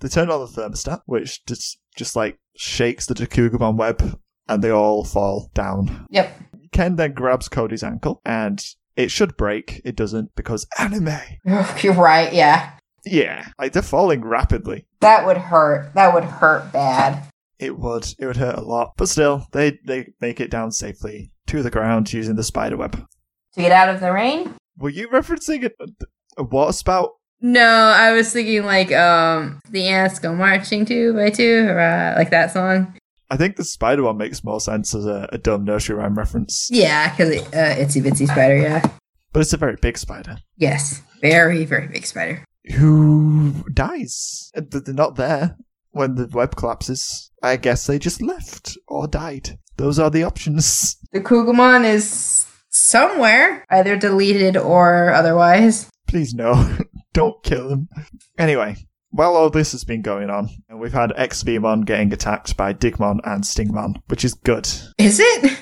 A: they turn on the thermostat, which just just like shakes the Dakugabon web, and they all fall down.
B: Yep. [laughs]
A: Ken then grabs Cody's ankle, and it should break. It doesn't because anime.
B: Ugh, You're right, yeah.
A: Yeah, like they're falling rapidly.
B: That would hurt. That would hurt bad.
A: It would. It would hurt a lot. But still, they, they make it down safely to the ground using the spider web.
B: To get out of the rain?
A: Were you referencing a, a water spout
B: No, I was thinking like um the ants go marching two by two, hurrah, like that song.
A: I think the spider one makes more sense as a, a dumb nursery rhyme reference,
B: Yeah, because it, uh, itsy bitsy spider. Yeah.
A: but it's a very big spider
B: Yes, very very big spider.
A: who dies. Uh, th- They're not there when the web collapses. I guess they just left or died. Those are the options. [laughs]
B: The Kugelmon is somewhere, either deleted or otherwise.
A: Please no. [laughs] Don't kill him. Anyway, while all this has been going on, we've had XVmon getting attacked by Digmon and Stingmon, which is good.
B: Is it?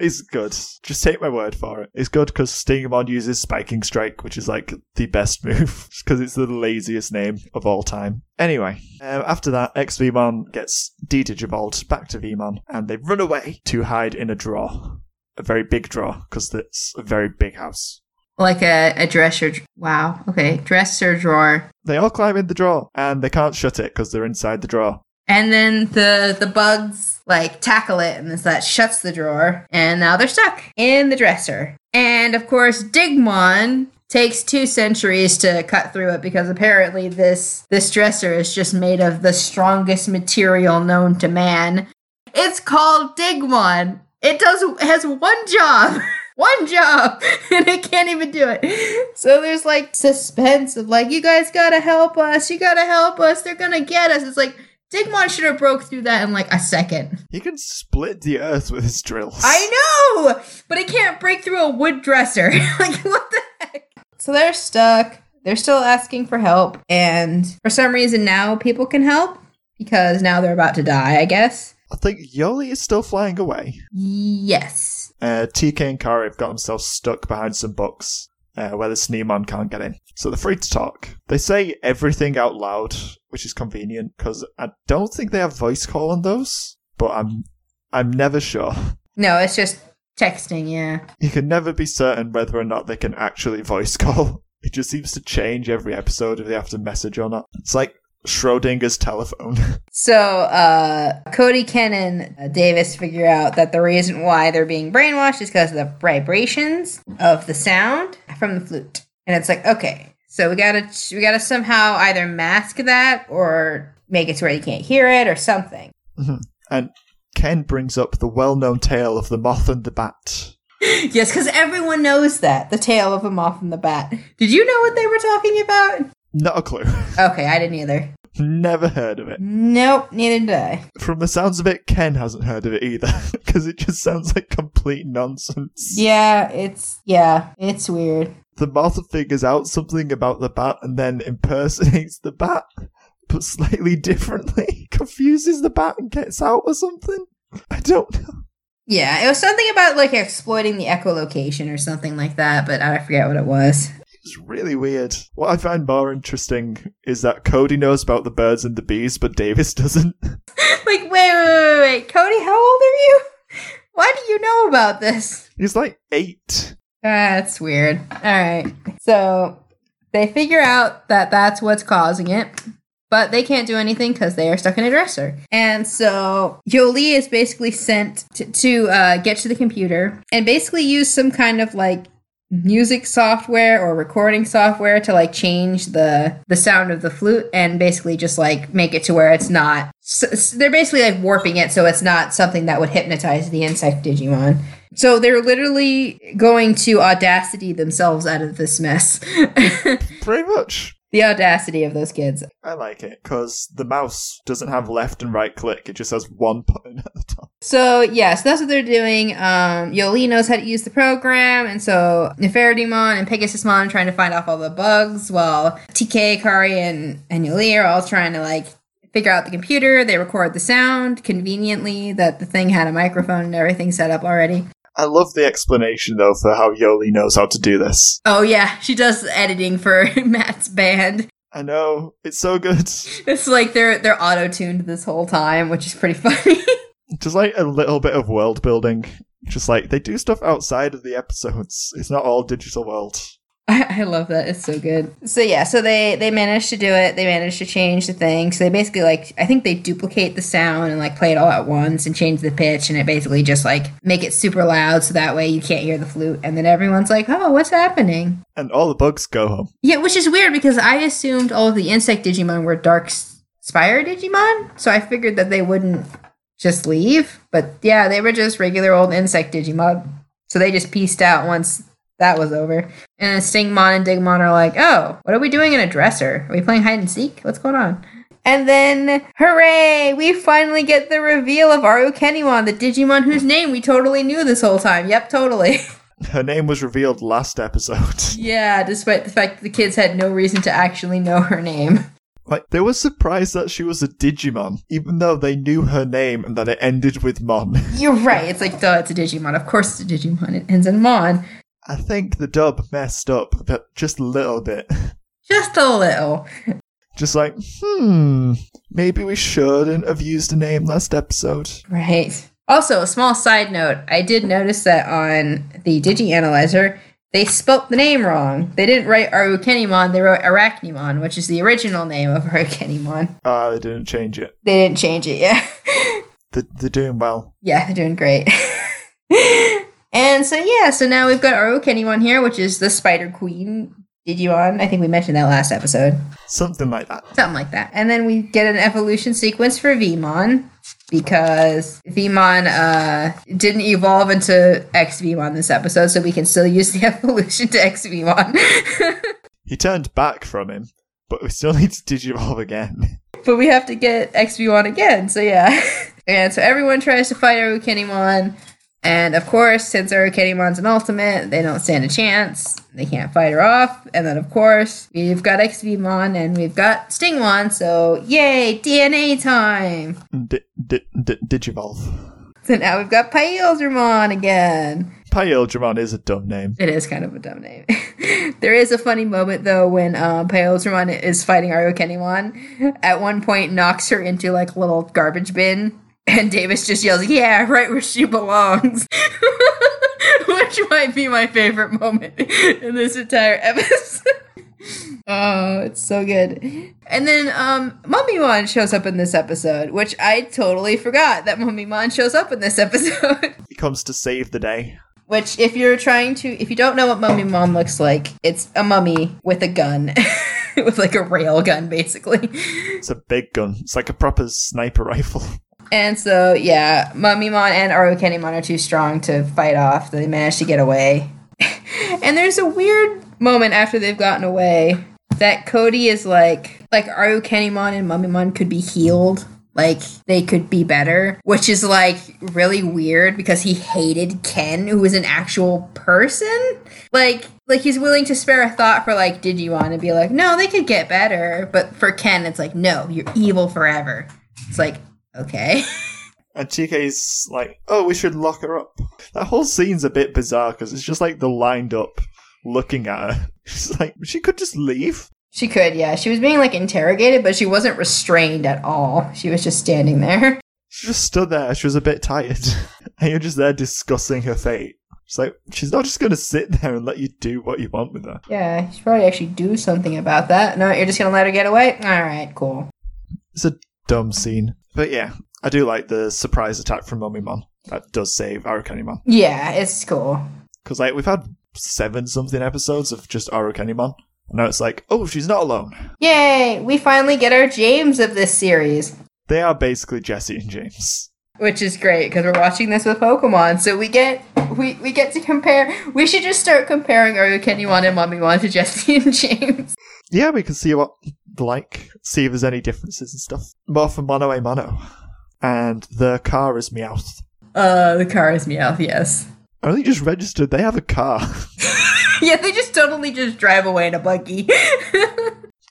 A: It's good. Just take my word for it. It's good because Stingmon uses Spiking Strike, which is like the best [laughs] move because it's the laziest name of all time. Anyway, um, after that, XVmon gets D-Digivolved back to Vmon, and they run away to hide in a drawer. A very big drawer because it's a very big house.
B: Like a, a dresser. dr- Wow. Okay. Dresser drawer.
A: They all climb in the drawer and they can't shut it because they're inside the drawer.
B: And then the the bugs like tackle it, and it's, that shuts the drawer. And now they're stuck in the dresser. And of course, Digmon takes two centuries to cut through it because apparently this this dresser is just made of the strongest material known to man. It's called Digmon. It does has one job. [laughs] One job [laughs] and it can't even do it. So there's like suspense of like, you guys gotta help us, you gotta help us, they're gonna get us. It's like Digmon should have broke through that in like a second.
A: He can split the earth with his drills.
B: I know! But it can't break through a wood dresser. [laughs] like what the heck? So they're stuck. They're still asking for help, and for some reason now people can help because now they're about to die, I guess.
A: I think Yoli is still flying away.
B: Yes.
A: Uh, TK and Kari have got themselves stuck behind some books uh, where the Sneemon can't get in. So they're free to talk. They say everything out loud, which is convenient because I don't think they have voice call on those, but I'm, I'm never sure. [laughs]
B: No, it's just texting, yeah.
A: You can never be certain whether or not they can actually voice call. [laughs] It just seems to change every episode if they have to message or not. It's like Schrodinger's telephone. [laughs]
B: So, uh, Cody Ken and uh, Davis figure out that the reason why they're being brainwashed is because of the vibrations of the sound from the flute. And it's like, okay, so we gotta, we gotta somehow either mask that or make it to where you can't hear it or something.
A: Ken brings up the well known tale of the moth and the bat.
B: yes, because everyone knows that. The tale of a moth and the bat. Did you know what they were talking about?
A: Not a clue. [laughs]
B: Okay, I didn't either.
A: Never heard of it.
B: Nope, neither did I.
A: From the sounds of it, Ken hasn't heard of it either, [laughs] because it just sounds like complete nonsense.
B: Yeah, it's, yeah, it's weird.
A: The moth figures out something about the bat and then impersonates the bat, but slightly differently. [laughs] Confuses the bat and gets out or something. I don't know.
B: Yeah, it was something about like exploiting the echolocation or something like that, but I forget what it was. [laughs]
A: It's really weird. What I find more interesting is that Cody knows about the birds and the bees, but Davis [laughs] doesn't.
B: like, wait, wait, wait, wait, Cody, how old are you? [laughs] Why do you know about this? [laughs]
A: He's like eight.
B: That's weird. All right. So they figure out that that's what's causing it, but they can't do anything because they are stuck in a dresser. And so Jolie is basically sent to, to uh, get to the computer and basically use some kind of like music software or recording software to like change the the sound of the flute and basically just like make it to where it's not s s- they're basically like warping it so it's not something that would hypnotize the insect digimon so they're literally going to audacity themselves out of this mess. [laughs]
A: Pretty much.
B: the audacity of those kids.
A: I like it because the mouse doesn't have left and right click. It just has one button [laughs] at the top.
B: So yeah, so that's what they're doing. Um, Yoli knows how to use the program, and so Neferidimon and Pegasusmon are trying to find off all the bugs, while TK, Kari, and and Yoli are all trying to like figure out the computer. They record the sound conveniently that the thing had a microphone and everything set up already.
A: I love the explanation though for how Yoli knows how to do this.
B: Oh yeah, she does editing for [laughs] Matt's band.
A: I know it's so good. [laughs]
B: It's like they're they're auto tuned this whole time, which is pretty [laughs] funny.
A: Just like a little bit of world building. Just like they do stuff outside of the episodes. It's not all digital world.
B: [laughs] I, I love that. It's so good. So yeah, so they they managed to do it. They managed to change the thing. So they basically like I think they duplicate the sound and like play it all at once and change the pitch and it basically just like make it super loud so that way you can't hear the flute and then everyone's like, "Oh, what's happening?"
A: And all the bugs go home.
B: Yeah, which is weird because I assumed all of the insect Digimon were dark s- spire Digimon, so I figured that they wouldn't just leave, but yeah, they were just regular old insect Digimon. So they just pieced out once that was over. And then Stingmon and Digimon are like, oh, what are we doing in a dresser? Are we playing hide and seek? What's going on? And then, hooray! We finally get the reveal of Aru Kenimon, the Digimon whose name we totally knew this whole time. Yep, totally. [laughs]
A: Her name was revealed last episode. [laughs]
B: yeah, despite the fact that the kids had no reason to actually know her name.
A: Like, they were surprised that she was a Digimon, even though they knew her name and that it ended with Mon. [laughs]
B: You're right. It's like, duh, it's a Digimon. Of course it's a Digimon. It ends in Mon.
A: I think the dub messed up that just a little bit. [laughs]
B: Just a little.
A: Just like, hmm, maybe we shouldn't have used a name last episode.
B: Right. Also, a small side note I did notice that on the Digi Analyzer, they spelt the name wrong. They didn't write Arukenimon, they wrote Arachnimon, which is the original name of [laughs] Arukenimon.
A: Ah, they didn't change it.
B: They didn't change it, yeah. [laughs]
A: They- They're doing well.
B: yeah, they're doing great. [laughs] and so, yeah, so now we've got Arukenimon here, which is the Spider Queen Digimon. I think we mentioned that last episode.
A: Something like that.
B: Something like that. And then we get an evolution sequence for Vmon because Vmon uh, didn't evolve into X Vmon this episode, so we can still use the [laughs] evolution to X Vmon. [laughs]
A: He turned back from him, but we still [laughs] need to Digivolve again.
B: but we have to get X Vmon again, so yeah. [laughs] and so everyone tries to fight Arukenimon. And of course, since Arukennimon's an ultimate, they don't stand a chance. They can't fight her off. And then, of course, we've got X Vmon and we've got Stingmon, so yay, DNA time!
A: D- d- d- Digivolve.
B: So now we've got Paildermon again.
A: Pailjamon is a dumb name.
B: It is kind of a dumb name. [laughs] there is a funny moment though when um, Paildermon is fighting Arukenimon. At one point, knocks her into like a little garbage bin, and Davis just yells, "Yeah, right where she belongs," [laughs] which might be my favorite moment in this entire episode. [laughs] Oh, it's so good. And then um Mummymon shows up in this episode, which I totally forgot that Mummymon shows up in this episode. [laughs]
A: He comes to save the day.
B: Which, if you're trying to, if you don't know what Mummy Mom looks like, it's a mummy with a gun, [laughs] with like a rail gun, basically.
A: It's a big gun. It's like a proper sniper [laughs] rifle.
B: And so, yeah, Mummy Mon and Arukenimon are too strong to fight off. They manage to get away. and there's a weird moment after they've gotten away that Cody is like, like Arukenimon and Mummy Mon could be healed. Like they could be better, which is like really weird because he hated Ken, who was an actual person. Like, like he's willing to spare a thought for like Digimon and be like, no, they could get better. But for Ken, it's like, no, you're evil forever. It's like, okay. [laughs]
A: And TK's like, oh, we should lock her up. That whole scene's a bit bizarre because it's just like the lined up looking at her. [laughs] She's like, she could just leave.
B: She could, yeah. She was being like interrogated, but she wasn't restrained at all. She was just standing there. [laughs]
A: She just stood there. She was a bit tired. [laughs] and you're just there discussing her fate. She's like, she's not just going to sit there and let you do what you want with her.
B: Yeah, you should probably actually do something about that. No, you're just gonna let her get away? Alright, cool.
A: It's a dumb scene. But yeah, I do like the surprise attack from Mummy Mon. That does save Arukenimon.
B: Yeah, it's cool.
A: Because like we've had seven something episodes of just Arukenimon. And now it's like, oh, she's not alone.
B: Yay! We finally get our James of this series.
A: They are basically Jesse and James.
B: Which is great because we're watching this with Pokemon, so we get we, we get to compare. We should just start comparing Oyokenimon and Mummymon to [laughs] Jesse and James.
A: Yeah, we can see what like, see if there's any differences and stuff. More for Mono a Mono. And the car is Meowth.
B: Uh, the car is Meowth, yes. [laughs]
A: I only just registered they have a car. [laughs]
B: yeah, they just totally just drive away in a buggy.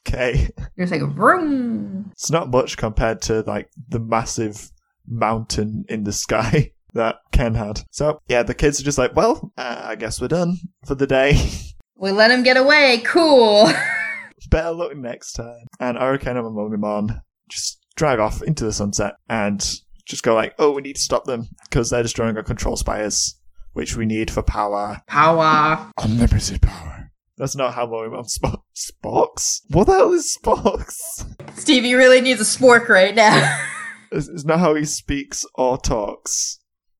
A: okay.
B: [laughs] There's like a vroom.
A: It's not much compared to like the massive mountain in the sky [laughs] that Ken had. So yeah, the kids are just like, well, uh, I guess we're done for the day. [laughs]
B: We let him get away. Cool. [laughs]
A: better luck next time. And Arcana and Momimon just drive off into the sunset and just go like, oh, we need to stop them because they're destroying our control spires, which we need for power.
B: Power.
A: Unlimited power. That's not how [laughs] Pokemon Sp- Spox. What the hell is Spox?
B: Stevie really needs a spork right now. [laughs]
A: It's, it's not how he speaks or talks.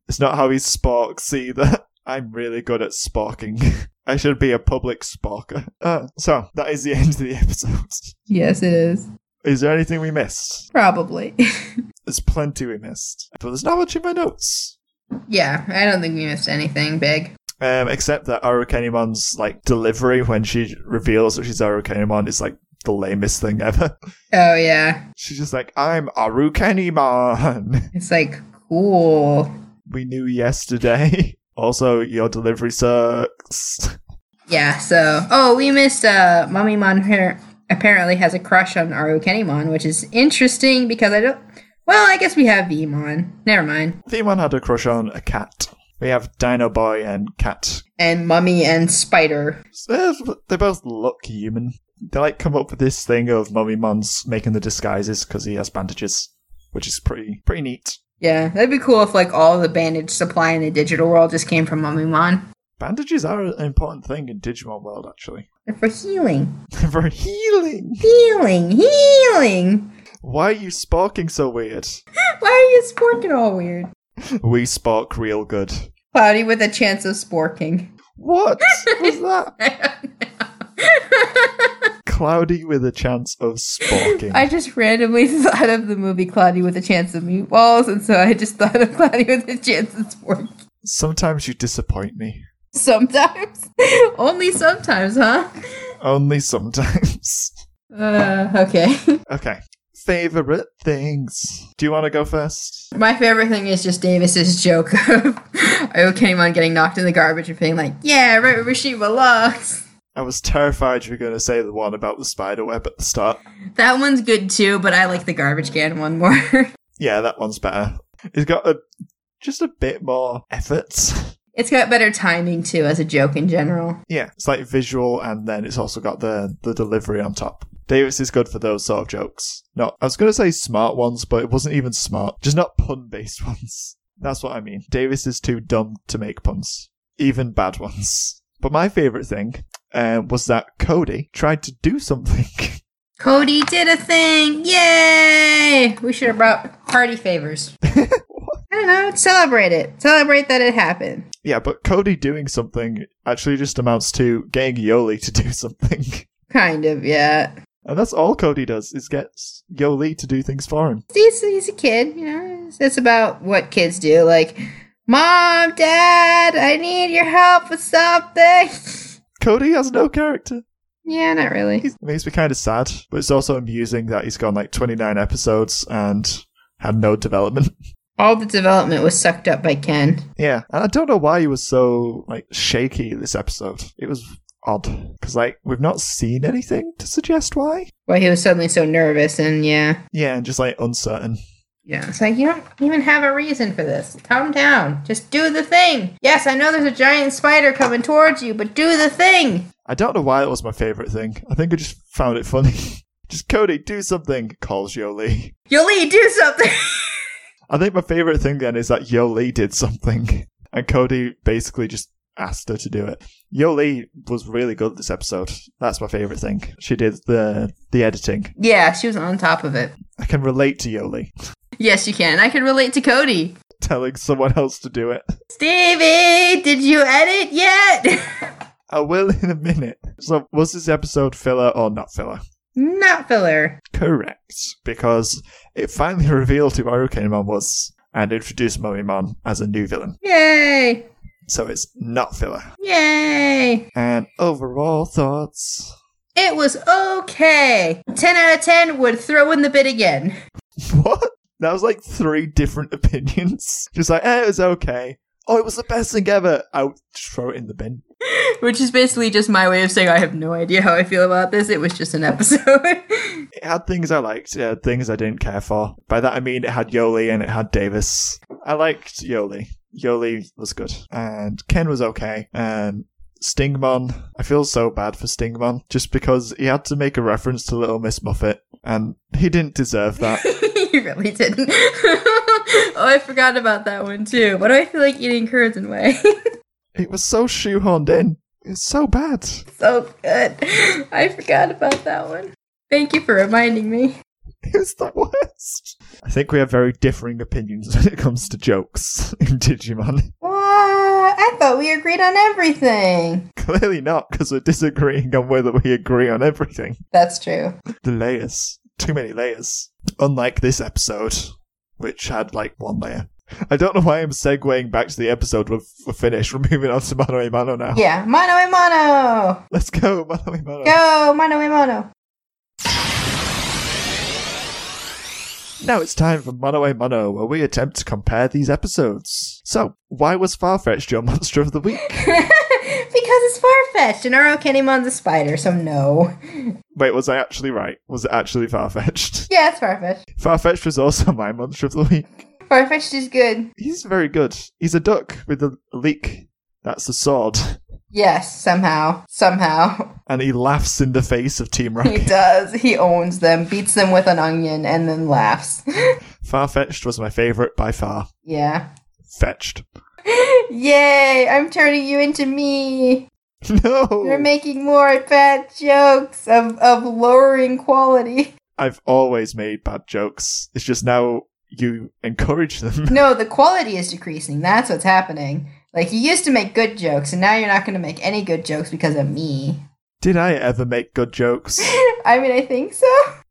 A: It's not how he sparks either. [laughs] I'm really good at sparking. [laughs] I should be a public sparker. Uh, so, that is the [laughs] end of the episode.
B: yes, it is.
A: Is there anything we missed?
B: Probably. [laughs]
A: There's plenty we missed. But there's not much in my notes.
B: yeah, I don't think we missed anything big.
A: Um, except that Arukenimon's, like, delivery when she reveals that she's Arukenimon is, like, the lamest thing ever. [laughs]
B: Oh, yeah.
A: She's just like, I'm Arukenimon!
B: It's like, cool.
A: [laughs] we knew yesterday. [laughs] Also, your delivery sucks. [laughs]
B: Yeah, so. Oh, we missed uh, Mummy Mon her- apparently has a crush on Aru Kenimon, which is interesting because I don't. Well, I guess we have Vimon. Never mind.
A: Vemon had a crush on a cat. We have Dino Boy and Cat.
B: And Mummy and Spider.
A: Eh, They both look human. They like come up with this thing of Mummy Mon's making the disguises because he has bandages, which is pretty pretty neat.
B: Yeah, that'd be cool if like all the bandage supply in the digital world just came from Mummy Mon.
A: Bandages are an important thing in Digimon world, actually, [laughs]
B: They're for healing.
A: for healing.
B: Healing. Healing.
A: Why are you sparking so weird?
B: Why are you sporking all weird?
A: We spark real good.
B: Cloudy with a chance of sporking.
A: What was that? Cloudy with a chance of sparking.
B: I just randomly [laughs] thought of the movie Cloudy with a Chance of Meatballs, and so I just thought of [laughs] Cloudy with a Chance of Sporking.
A: Sometimes you disappoint me.
B: Sometimes. [laughs] Only sometimes, huh?
A: Only sometimes. [laughs]
B: Uh, okay. [laughs]
A: okay. Favorite things. Do you want to go first?
B: My favorite thing is just Davis's joke of [laughs] I came on getting knocked in the garbage and being like, yeah, right where she belongs.
A: I was terrified you were going to say the one about the spider web at the start.
B: That one's good too, but I like the garbage can one more. [laughs]
A: Yeah, that one's better. It's got a just a bit more effort. [laughs]
B: it's got better timing too as a joke in general.
A: yeah, it's like visual, and then it's also got the the delivery on top. Davis is good for those sort of jokes. No, I was going to say smart ones, but it wasn't even smart. Just not pun based [laughs] ones. That's what I mean. Davis is too dumb to make puns, even bad ones. But my favorite thing uh, was that Cody tried to do something. [laughs]
B: Cody did a thing! Yay! We should have brought party favors. I don't know. Celebrate it. Celebrate that it happened.
A: yeah, but Cody doing something actually just amounts to getting Yoli to do [laughs] something.
B: Kind of, yeah.
A: And that's all Cody does is gets Yoli to do things for him.
B: He's, he's a kid, you know. It's, it's about what kids do. Like, Mom, Dad, I need your help with something. [laughs]
A: Cody has no character.
B: yeah, not really.
A: It makes me kind of sad, but it's also amusing that he's gone like 29 episodes and had no development. [laughs]
B: All the development was sucked up by Ken.
A: Yeah, and I don't know why he was so like shaky this episode. It was odd because like we've not seen anything to suggest why.
B: Well, he was suddenly so nervous, and yeah.
A: Yeah, and just like uncertain.
B: Yeah. It's like, you don't even have a reason for this. Calm down. Just do the thing. Yes, I know there's a giant spider coming towards you, but do the thing.
A: I don't know why it was my favorite thing. I think I just found it funny. [laughs] just Cody, do something. Calls Yoli.
B: Yoli, do something. [laughs]
A: I think my favorite thing then is that Yoli did something, [laughs] and Cody basically just asked her to do it. Yoli was really good this episode. That's my favorite thing. She did the the editing.
B: yeah, she was on top of it.
A: I can relate to Yoli [laughs]
B: Yes, you can. I can relate to Cody.
A: telling someone else to do it.
B: Stevie, did you edit yet? [laughs]
A: I will in a minute. So was this episode filler or not filler?
B: Not filler.
A: Correct, because it finally [laughs] revealed who Arukenimon was and introduced Momimon as a new villain.
B: Yay!
A: So it's not filler.
B: Yay!
A: And overall thoughts.
B: It was okay. 10 out of 10 would throw in the bid again. [laughs]
A: What? That was like three different [laughs] opinions. Just like, eh, it was okay. Oh, it was the best thing ever. I would just throw it in the bin.
B: Which is basically just my way of saying I have no idea how I feel about this. It was just an episode. [laughs]
A: It had things I liked, it had things I didn't care for. By that I mean it had Yoli and it had Davis. I liked Yoli. Yoli was good. And Ken was okay. And Stingmon, I feel so bad for Stingmon, just because he had to make a reference to Little Miss Muffet, and he didn't deserve that.
B: [laughs] you really didn't. [laughs] oh, I forgot about that one too. Why do I feel like eating curds and whey? [laughs]
A: it was so shoehorned in. It's so bad.
B: So good. I forgot about that one. Thank you for reminding me.
A: [laughs] It's the worst. I think we have very differing opinions when it comes to jokes [laughs] in Digimon.
B: What? I thought we agreed on everything.
A: Clearly not, because we're disagreeing on whether we agree on everything.
B: That's true.
A: The layers. Too many layers. Unlike this episode, which had like one layer. I don't know why I'm segueing back to the episode we're, we're finished. [laughs] We're moving on to Mano a Mano now.
B: Yeah. Mano a mano.
A: Let's go, Mano a Mano.
B: Go, mano a mano. [laughs]
A: Now it's time for Mano a Mano, where we attempt to compare these episodes. So, why was Farfetch'd your monster of the week?
B: because it's far fetched and our Kennymon's a spider, so no.
A: Wait, was I actually right? Was it actually [laughs] Farfetch'd?
B: Yeah, it's far fetched.
A: Farfetch'd was also my monster of the week.
B: Far fetched is good.
A: He's very good. He's a duck with a leak. That's the sword.
B: Yes, somehow. Somehow.
A: And he laughs in the face of Team
B: [laughs] He
A: Rocket.
B: does. He owns them, beats them with an onion, and then laughs. [laughs]
A: Farfetch'd was my favourite by far.
B: yeah.
A: Fetched. [laughs]
B: Yay! I'm turning you into me.
A: No!
B: You're making more bad jokes of, of lowering quality. [laughs]
A: I've always made bad jokes. It's just now you encourage them. [laughs]
B: No, the quality is decreasing. That's what's happening. Like you used to make good jokes, and now you're not going to make any good jokes because of me. [laughs]
A: Did I ever make good jokes?
B: I mean, I think so.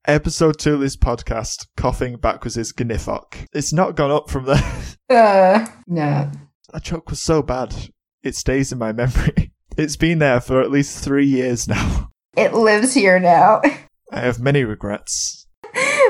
A: Episode 2 of this podcast, Coughing Backwards is Gniffok. It's not gone up from there.
B: Uh, no.
A: that joke was so bad. It stays in my memory. [laughs] It's been there for at least three years now. [laughs]
B: It lives here now. [laughs]
A: I have many regrets.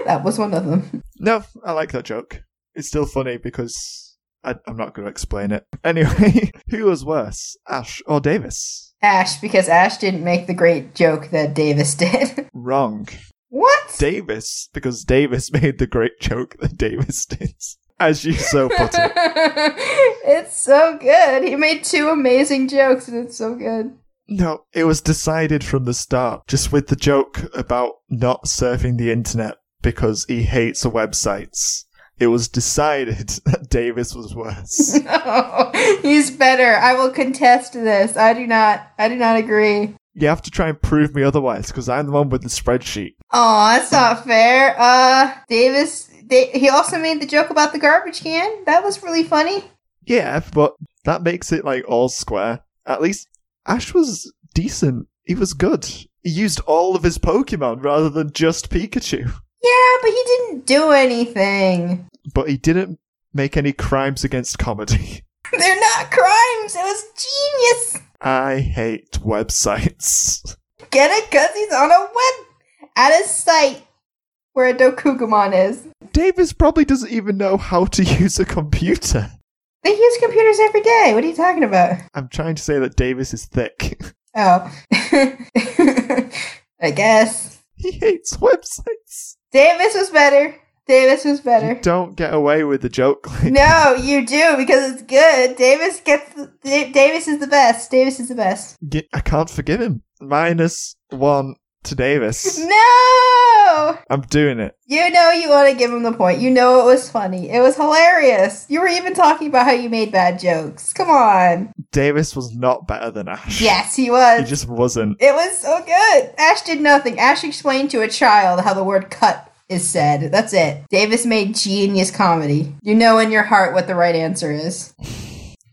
B: that was one of them.
A: No, I like that joke. It's still funny because I, I'm not going to explain it. [laughs] Anyway, who was worse, Ash or Davis?
B: Ash, because Ash didn't make the great joke that Davis [laughs] did.
A: Wrong.
B: what?
A: Davis, because Davis [laughs] made the great joke that Davis did. As you so put it.
B: [laughs] it's so good. He made two amazing jokes, and it's so good. [laughs]
A: No, it was decided from the start, just with the joke about not surfing the internet because he hates websites. It was decided [laughs] that Davis was
B: [laughs]
A: worse.
B: No, he's better. I will contest this. I do not. I do not agree.
A: you have to try and prove me otherwise because I'm the one with the spreadsheet.
B: Oh, that's not fair. Uh, Davis. Da- he also made the joke about the garbage can. That was really funny.
A: Yeah, but that makes it like all square. At least Ash was decent. He was good. He used all of his Pokemon rather than just Pikachu.
B: Yeah, but he didn't do anything. [laughs]
A: But he didn't make any crimes against comedy. [laughs]
B: They're not crimes. It was genius.
A: I hate websites. [laughs]
B: Get it? Cause he's on a web at a site where a Dokugamon is.
A: Davis probably doesn't even know how to [laughs] use a computer.
B: They use computers every day. What are you talking about?
A: I'm trying to say that Davis is thick. [laughs]
B: Oh. [laughs] I guess.
A: he hates websites.
B: Davis was better. Davis was better.
A: You don't get away with the joke. [laughs] Like,
B: No, you do because it's good. Davis gets Da- Davis is the best. Davis is the best.
A: Ye- I can't forgive him. Minus one to
B: [laughs]
A: Davis.
B: No!
A: I'm doing it.
B: You know you want to give him the point. You know it was funny. It was hilarious. You were even talking about how you made bad jokes. Come on.
A: Davis was not better than Ash.
B: Yes, he
A: He
B: was.
A: just wasn't.
B: It was so good. Ash did nothing. Ash explained to a child how the word cut is said. That's it. Davis made genius comedy. You know in your heart what the right answer is.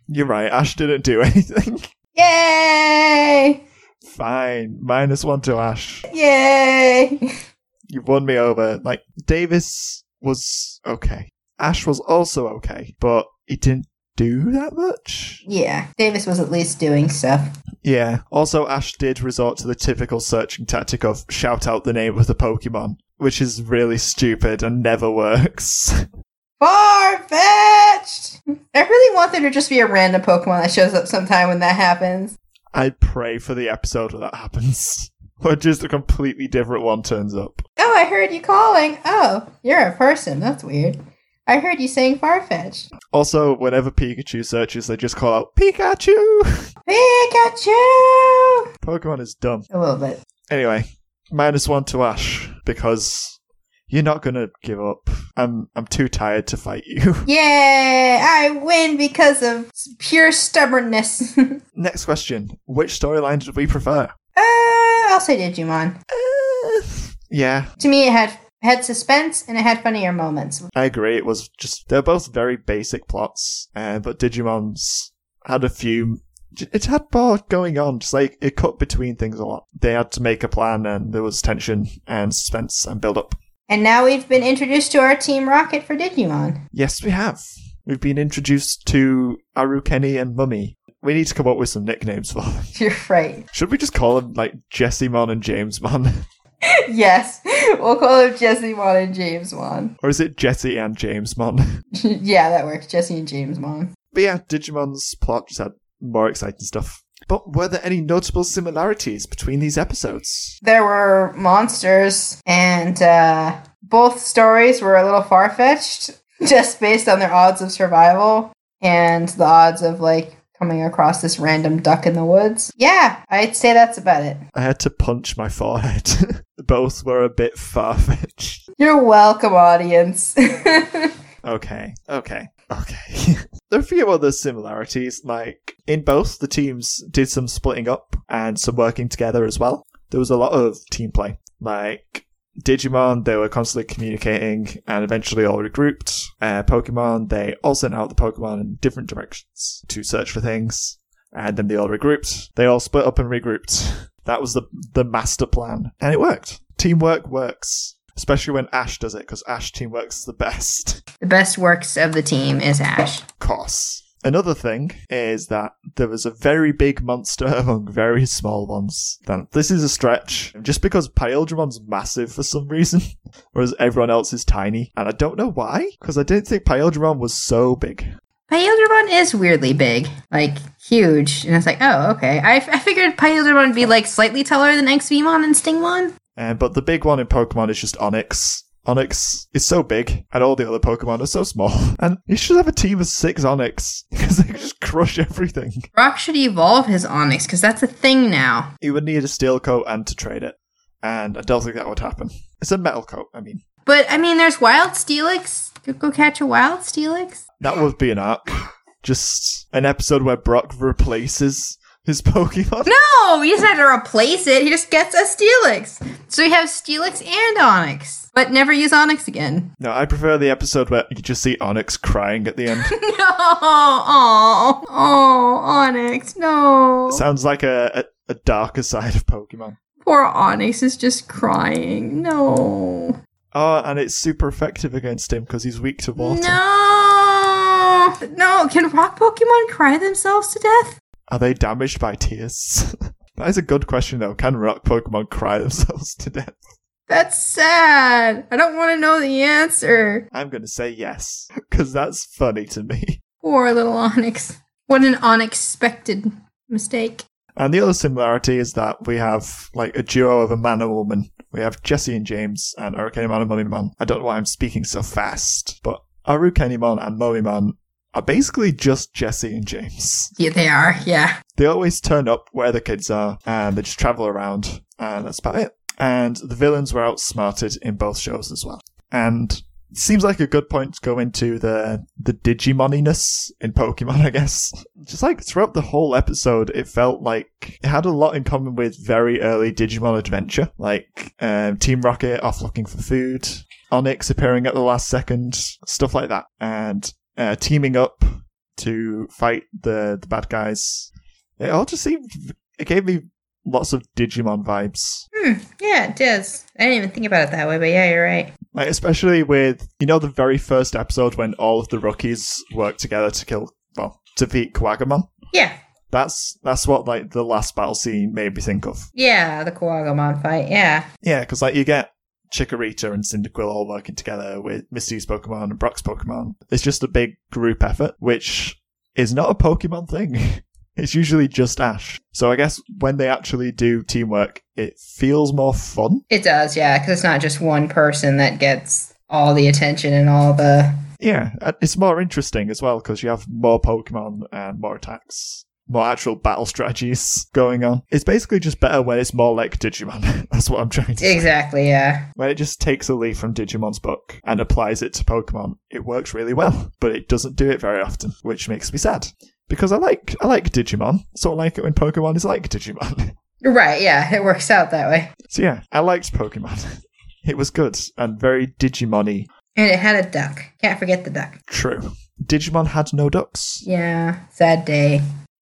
A: You're right. Ash didn't do [laughs] anything.
B: Yay!
A: Fine. Minus one to Ash.
B: Yay!
A: you won me over. Like Davis was okay. Ash was also okay, but he didn't do that much.
B: yeah, Davis was at least doing stuff.
A: Yeah. Also, Ash did resort to the typical searching tactic of shout out the name of the Pokemon, which is really stupid and never works. [laughs]
B: Far fetched! I really want there to just be a random Pokemon that shows up sometime when that happens.
A: I pray for the episode where that happens. [laughs] Or just a completely different one turns up.
B: Oh, I heard you calling. Oh, you're a person. That's weird. I heard you saying far fetched.
A: Also, whenever Pikachu searches, they just call out Pikachu! [laughs]
B: Pikachu!
A: Pokemon is dumb.
B: A little bit.
A: Anyway, minus one to Ash because You're not gonna give up. I'm I'm too tired to fight you. [laughs]
B: Yay! I win because of s- pure stubbornness. [laughs] uh,
A: Next question. Which storyline did we prefer?
B: I'll say Digimon.
A: Uh, yeah,
B: To me, it had had suspense and it had funnier moments.
A: I agree. It was just they're both very basic plots, uh, but Digimon's had a few. It had more going on. Just like it cut between things a lot. They had to make a plan, and there was tension and suspense and build up.
B: And now we've been introduced to our Team Rocket for Digimon. [laughs]
A: Yes, we have. We've been introduced to Arukeni and Mummy. We need to come up with some nicknames for them. [laughs]
B: You're right. [laughs]
A: Should we just call them like Jesse Mon and James Mon, [laughs]
B: yes, we'll call him Jesse Mon and James Mon.
A: or is it Jesse and James Mon?
B: [laughs]
A: [laughs]
B: yeah, that works. Jesse and James Mon.
A: But yeah, Digimon's plot just had more exciting stuff. But were there any notable similarities between these episodes?
B: there were monsters, and uh, both stories were a little far fetched, [laughs] just based on their odds of survival and the odds of like coming across this random duck in the woods. Yeah, I'd say that's about it.
A: I had to punch my forehead. [laughs] Both were a bit far fetched.
B: You're welcome, audience. [laughs]
A: Okay, okay, okay. [laughs] there are a few other similarities, like in both, the teams did some splitting up and some working together as well. There was a lot of team play. Like Digimon, they were constantly communicating and eventually all regrouped. Uh, Pokemon, they all sent out the Pokemon in different directions to search for things, and then they all regrouped. They all split up and regrouped. [laughs] That was the the master plan, and it worked. Teamwork works, especially when Ash does it, because Ash teamwork's the best [laughs]
B: the best works of the team is Ash.
A: costs. Another thing is that there was a very big monster [laughs] among very small ones. Then this is a stretch, just because Pyogemon's massive for some reason, [laughs] whereas everyone else is tiny, and I don't know why, because I didn't think Pyogemon was so big.
B: Pyodramon is weirdly big, like huge, and it's like, oh, okay. I, I figured Pyodramon would be like slightly taller than Xvmon and Stingmon.
A: Uh, but the big one in Pokemon is just Onyx. Onyx is so big, and all the other Pokemon are so small. [laughs] And you should have a team of six Onyx, [laughs] because they just crush everything. [laughs]
B: Rock should evolve his Onyx because that's a thing now.
A: You would need a steel coat and to trade it, and I don't think that would happen. It's a metal coat, I mean.
B: But I mean, there's wild Steelix. Go- Go catch a wild Steelix.
A: That would be an arc. Just an episode where Brock replaces his [laughs] Pokemon.
B: No, he doesn't have to replace it. He just gets a Steelix. So we have Steelix and Onyx, but never use Onyx again. [laughs]
A: No, I prefer the episode where you just see Onyx crying at the end.
B: No, oh, oh, Onyx, no.
A: Sounds like a, a, a darker side of Pokemon.
B: Poor Onyx is just crying. No,
A: Oh, and it's super effective against him because he's weak to water.
B: no, no. Can rock Pokemon cry themselves to death?
A: Are they damaged by tears? [laughs] that is a good question, though. Can rock Pokemon cry themselves [laughs] to death?
B: That's sad. I don't want to know the answer.
A: I'm going to say yes because that's funny to me.
B: Poor little Onyx. What an unexpected mistake.
A: And the other similarity is that we have like a duo of a man and woman. We have Jesse and James and Arukeniman and Momimon. I don't know why I'm speaking so fast, but Arukeniman and Momimon are basically just Jesse and James.
B: Yeah, they are. Yeah.
A: They always turn up where the kids are and they just travel around and that's about it. And the villains were outsmarted in both shows as well. And it seems like a good point to go into the the Digimoniness in Pokemon, [laughs] I guess. Just like throughout the whole episode, it felt like it had a lot in common with very early Digimon Adventure, like um, Team Rocket off looking for food, Onyx appearing at the last second, stuff like that, and uh, teaming up to fight the the bad guys. It all just seemed it gave me lots of Digimon vibes.
B: Hmm. Yeah, it does. I didn't even think about it that way, but yeah, you're right.
A: Like especially with you know the very first episode when all of the rookies work together to kill well to defeat Quagamon.
B: Yeah.
A: That's that's what like the last battle scene made me think of.
B: Yeah, the Quagamon fight. Yeah.
A: Yeah, because like you get Chikorita and Cyndaquil all working together with Misty's Pokemon and Brock's Pokemon. It's just a big group effort, which is not a Pokemon thing. [laughs] It's usually just Ash. So I guess when they actually do teamwork, it feels more fun.
B: It does. Yeah, because it's not just one person that gets all the attention and all the.
A: uh, Yeah, and it's more interesting as well because you have more Pokemon and more attacks. more actual battle [laughs] strategies going on. It's basically just better when it's more like Digimon. [laughs] That's what I'm trying to say.
B: Exactly, yeah.
A: When it just takes a leaf from Digimon's book and applies it to Pokemon, it works really well, but it doesn't do it very often, which makes me sad. Because I like I like Digimon. Sort of like it when Pokemon is like Digimon. [laughs]
B: Right, yeah, it works out that way.
A: so yeah, I liked Pokemon. [laughs] It was good and very Digimon-y.
B: And it had a duck. Can't forget the duck.
A: True. Digimon had no ducks.
B: Yeah, sad day.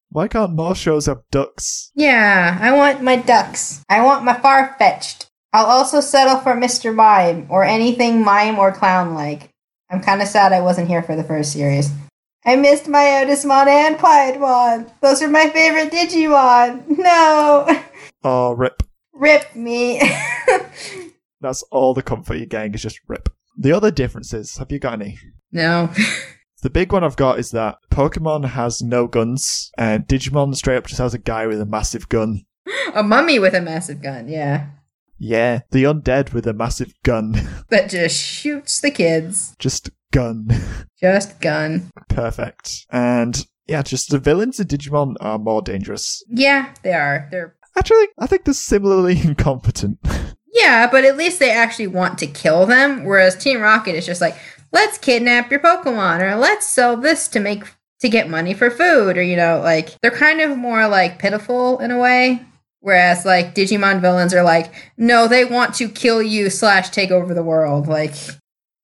A: Why can't more shows have ducks?
B: Yeah, I want my ducks. I want my far fetched. I'll also settle for Mr. Mime or anything mime or clown like. I'm kind of sad I wasn't here for the first series. I missed my Otismon and Piedmon. Those are my favorite Digimon. [laughs] No,
A: Oh, rip.
B: rip me. [laughs]
A: That's all the comfort you're getting is just rip. The other differences, have you got any?
B: no.
A: The big one I've got is that Pokemon has no guns, and Digimon straight up just has a guy with a massive gun.
B: A mummy with a massive gun, yeah.
A: Yeah, the undead with a massive gun. [laughs]
B: That just shoots the kids.
A: just gun. [laughs]
B: Just gun.
A: Perfect. And yeah, just the villains in Digimon are more dangerous.
B: Yeah, they are. They're
A: Actually, I think they're similarly [laughs] incompetent.
B: Yeah, but at least they actually want to kill them, whereas Team Rocket is just like, let's kidnap your Pokemon or let's sell this to make to get money for food or you know, like they're kind of more like pitiful in a way. Whereas like Digimon villains are like, no, they want to kill you slash take over the world. Like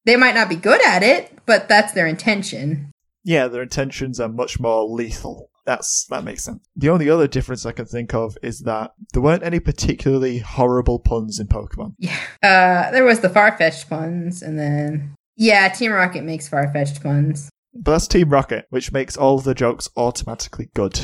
B: they might not be good at it, but that's their intention.
A: yeah, their intentions are much more lethal. That's that makes sense. The only other difference I can think of is that there weren't any particularly horrible puns in Pokemon.
B: Yeah. Uh there was the far fetched puns and then Yeah, Team Rocket makes far fetched puns.
A: But that's Team Rocket, which makes all the jokes automatically good.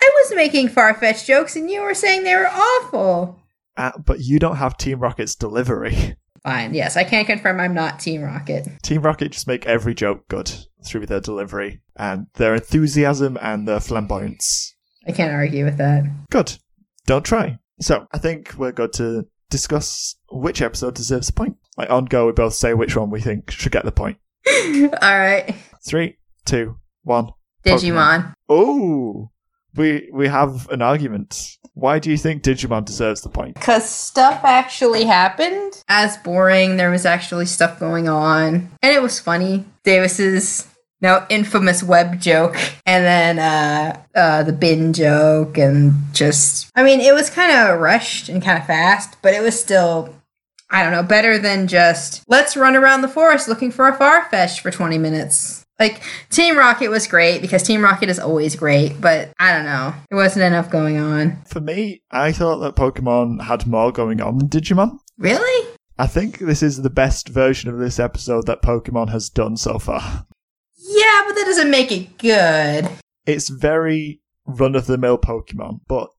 B: I was making far fetched jokes and you were saying they were awful.
A: Uh, but you don't have Team Rocket's delivery. [laughs]
B: Fine, yes, I can confirm I'm not Team Rocket.
A: Team Rocket just make every joke good through their delivery and their enthusiasm and their flamboyance.
B: I can't argue with that. [laughs]
A: Good. Don't try. So I think we're good to discuss which episode deserves a point. Like on go, we both say which one we think should get the point.
B: All right,
A: Three, two, one.
B: Digimon.
A: Oh, we we have an argument. Why do you think Digimon deserves the point?
B: Because stuff actually happened. As boring, there was actually stuff going on. And it was funny. Davis's now infamous web joke, and then uh, uh, the bin joke, and just. I mean, it was kind of rushed and kind of fast, but it was still. I don't know, better than just let's run around the forest looking for a Farfetch for 20 minutes. Like, Team Rocket was great because Team Rocket is always great, but I don't know. There wasn't enough going on.
A: For me, I thought that Pokemon had more going on than Digimon.
B: Really?
A: I think this is the best version of this episode that Pokemon has done so far.
B: Yeah, but that doesn't make it good.
A: It's very run of the mill Pokemon, but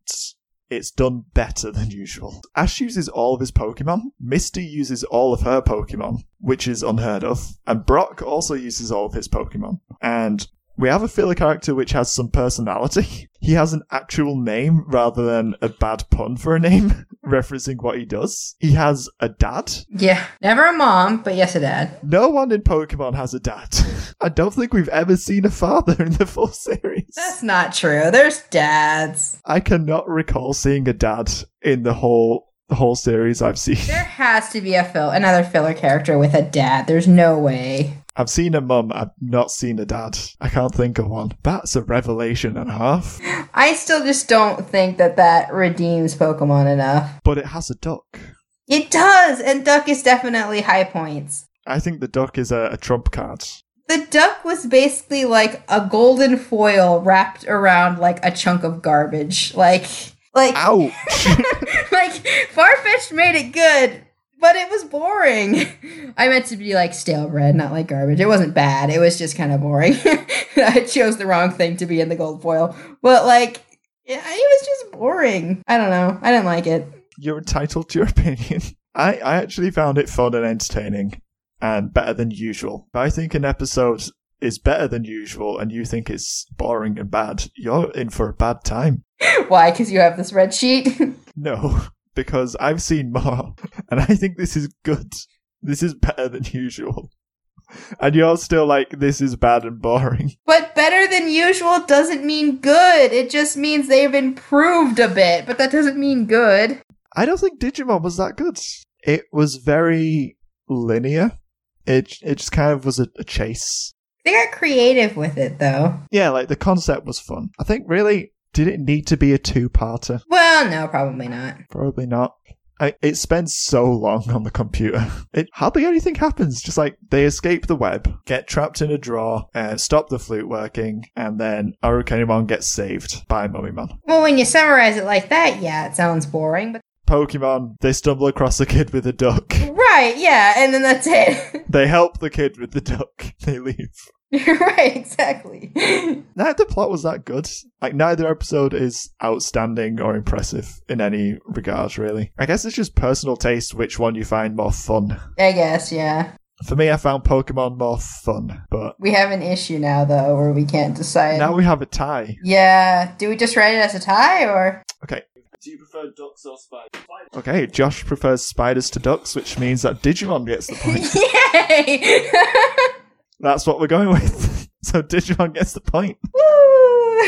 A: it's done better than usual. Ash uses all of his Pokemon, Misty uses all of her Pokemon, which is unheard of, and Brock also uses all of his Pokemon. And we have a filler character which has some personality. He has an actual name rather than a bad pun for a name, [laughs] referencing what he does. He has a dad.
B: Yeah. Never a mom, but yes, a dad.
A: No one in Pokemon has a dad. [laughs] I don't think we've ever seen a father in the full series.
B: That's not true. There's dads.
A: I cannot recall seeing a dad in the whole the whole series I've seen. [laughs]
B: There has to be a fill another filler character with a dad. There's no way.
A: I've seen a mum, I've not seen a dad. I can't think of one. That's a revelation and a half.
B: I still just don't think that that redeems Pokemon enough.
A: But it has a duck.
B: It does, and Duck is definitely high points.
A: I think the duck is a, a trump card.
B: The duck was basically like a golden foil wrapped around like a chunk of garbage. Like like
A: Ouch!
B: [laughs] like Farfetch made it good, but it was boring. [laughs] I meant to be like stale bread, not like garbage. It wasn't bad. It was just kind of boring. [laughs] I chose the wrong thing to be in the gold foil, but like yeah, it was just boring. I don't know. I didn't like it. [laughs]
A: You're entitled to your opinion. I, I actually found it fun and entertaining and better than usual. But I think an episode is better than usual and you think it's boring and bad. You're in for a bad time.
B: Why? Because you have the spreadsheet. [laughs]
A: No, [laughs] because [laughs] I've seen more, and I think this is good. This is better than usual. [laughs] and you're still like, this is bad and boring. [laughs]
B: But better than usual doesn't mean good. It just means they've improved a bit, but that doesn't mean good.
A: I don't think Digimon was that good. It was very linear. It it just kind of was a, a chase.
B: They got creative with it though.
A: Yeah, like the concept was fun. I think really did it need to be a two-parter?
B: Well, no, probably not.
A: Probably not. I, it spends so long on the computer. [laughs] It hardly anything happens. Just like they escape the web, get trapped in a drawer, and stop the flute working, and then Arukenimon gets saved by Mummymon.
B: Well, when you summarize it like that, yeah, it sounds boring, but
A: Pokemon, they stumble across a kid with a duck. [laughs]
B: right, yeah, and then that's it. [laughs]
A: They help the kid with the duck. [laughs] They leave.
B: You're right, exactly.
A: Neither plot was that good. Like neither episode is outstanding or impressive in any regard, really. I guess it's just personal taste which one you find more fun.
B: I guess, yeah.
A: For me, I found Pokemon more fun, but
B: We have an issue now though where we can't decide.
A: now we have a tie.
B: yeah, do we just write it as a tie or
A: Okay.
C: Do you prefer ducks or spiders?
A: Okay, Josh prefers spiders to ducks, which means that Digimon gets the
B: [laughs]
A: point.
B: Yay! [laughs]
A: That's what we're going with. [laughs] So Digimon gets the point. [laughs]
B: Woo!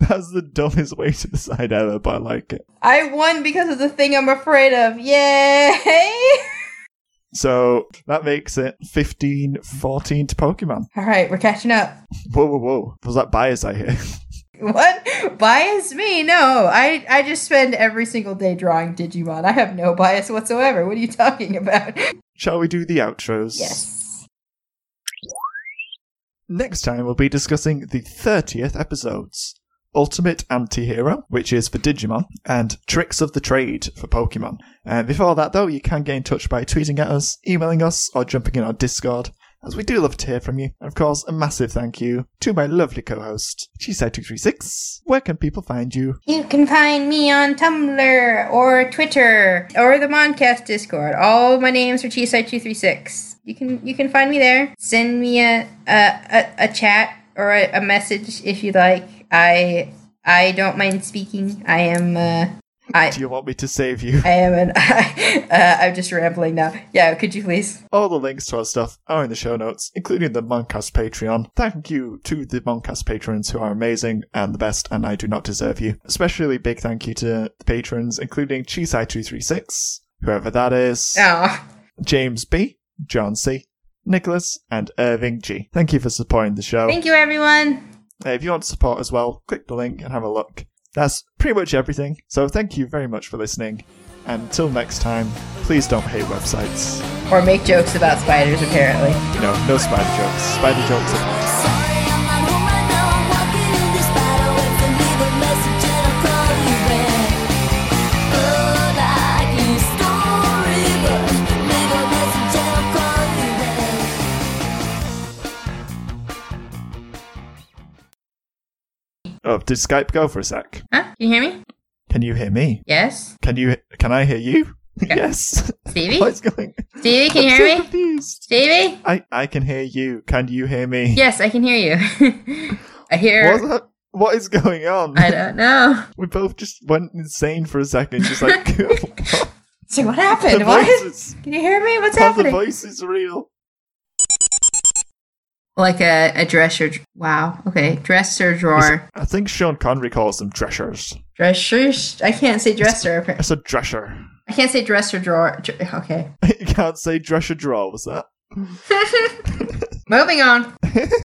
A: That's the dumbest way to decide ever, but I like it.
B: I won because of the thing I'm afraid of. Yay! [laughs]
A: So that makes it 15 14 to Pokemon.
B: All right, we're catching up.
A: Whoa, whoa, whoa. Was that bias I hear? [laughs]
B: What? Bias me? No. I I just spend every single day drawing Digimon. I have no bias whatsoever. What are you talking about?
A: Shall we do the outros?
B: Yes.
A: Next time, we'll be discussing the 30th episodes Ultimate Antihero, which is for Digimon, and Tricks of the Trade for Pokemon. And before that, though, you can get in touch by tweeting at us, emailing us, or jumping in our Discord, as we do love to hear from you. And of course, a massive thank you to my lovely co host, Cheeside236. Where can people find you?
B: You can find me on Tumblr or Twitter or the Moncast Discord. All my names are Cheesite236. You can you can find me there. Send me a a, a, a chat or a, a message if you like. I I don't mind speaking. I am uh, I
A: Do you want me to save you?
B: I am an [laughs] uh, I'm just rambling now. Yeah, could you please?
A: All the links to our stuff are in the show notes, including the Moncast Patreon. Thank you to the Moncast patrons who are amazing and the best, and I do not deserve you. Especially big thank you to the patrons, including Cheeseye236, whoever that is,
B: Oh,
A: James B, John C, Nicholas, and Irving G. Thank you for supporting the show.
B: thank you, everyone.
A: Uh, if you want support as well, click the link and have a look. That's pretty much everything, so thank you very much for listening. And until next time, please don't hate websites.
B: Or make jokes about spiders, apparently.
A: No, no spider jokes. Spider jokes are
D: Sorry, I'm not home right now. I'm walking in this spider web to leave a message and I'll call you back. Oh, like in a storybook, leave a message and I'll call you back.
A: Oh, did Skype go for a sec?
B: Huh? Can you hear me?
A: Can you hear me?
B: Yes.
A: Can you? Can I hear
B: [laughs]
A: you? yes. [laughs]
B: Stevie?
A: What's going?
B: Stevie, can you
A: I'm [laughs]
B: hear
A: so
B: me?
A: Confused.
B: Stevie?
A: I I can hear you. Can you hear me?
B: Yes, I can hear you. [laughs] I
A: What's
B: hear.
A: that? What is going on?
B: I don't know.
A: we both just went insane for a second, just
B: [laughs]
A: like [laughs] what?
B: So what
A: the
B: happened? What?
A: voices.
B: Can you hear me? What's
A: Are the
B: happening?
A: voices real?
B: Like a, a dresser. dr- Wow. Okay. Dresser [laughs] drawer.
A: I think Sean Connery calls them dressers.
B: Dresser. I can't say dresser.
A: I
B: appar-
A: said dresser. [laughs]
B: I can't say dresser drawer. dr- Okay. [laughs]
A: you can't say dresser drawer. Was that?
B: Moving on.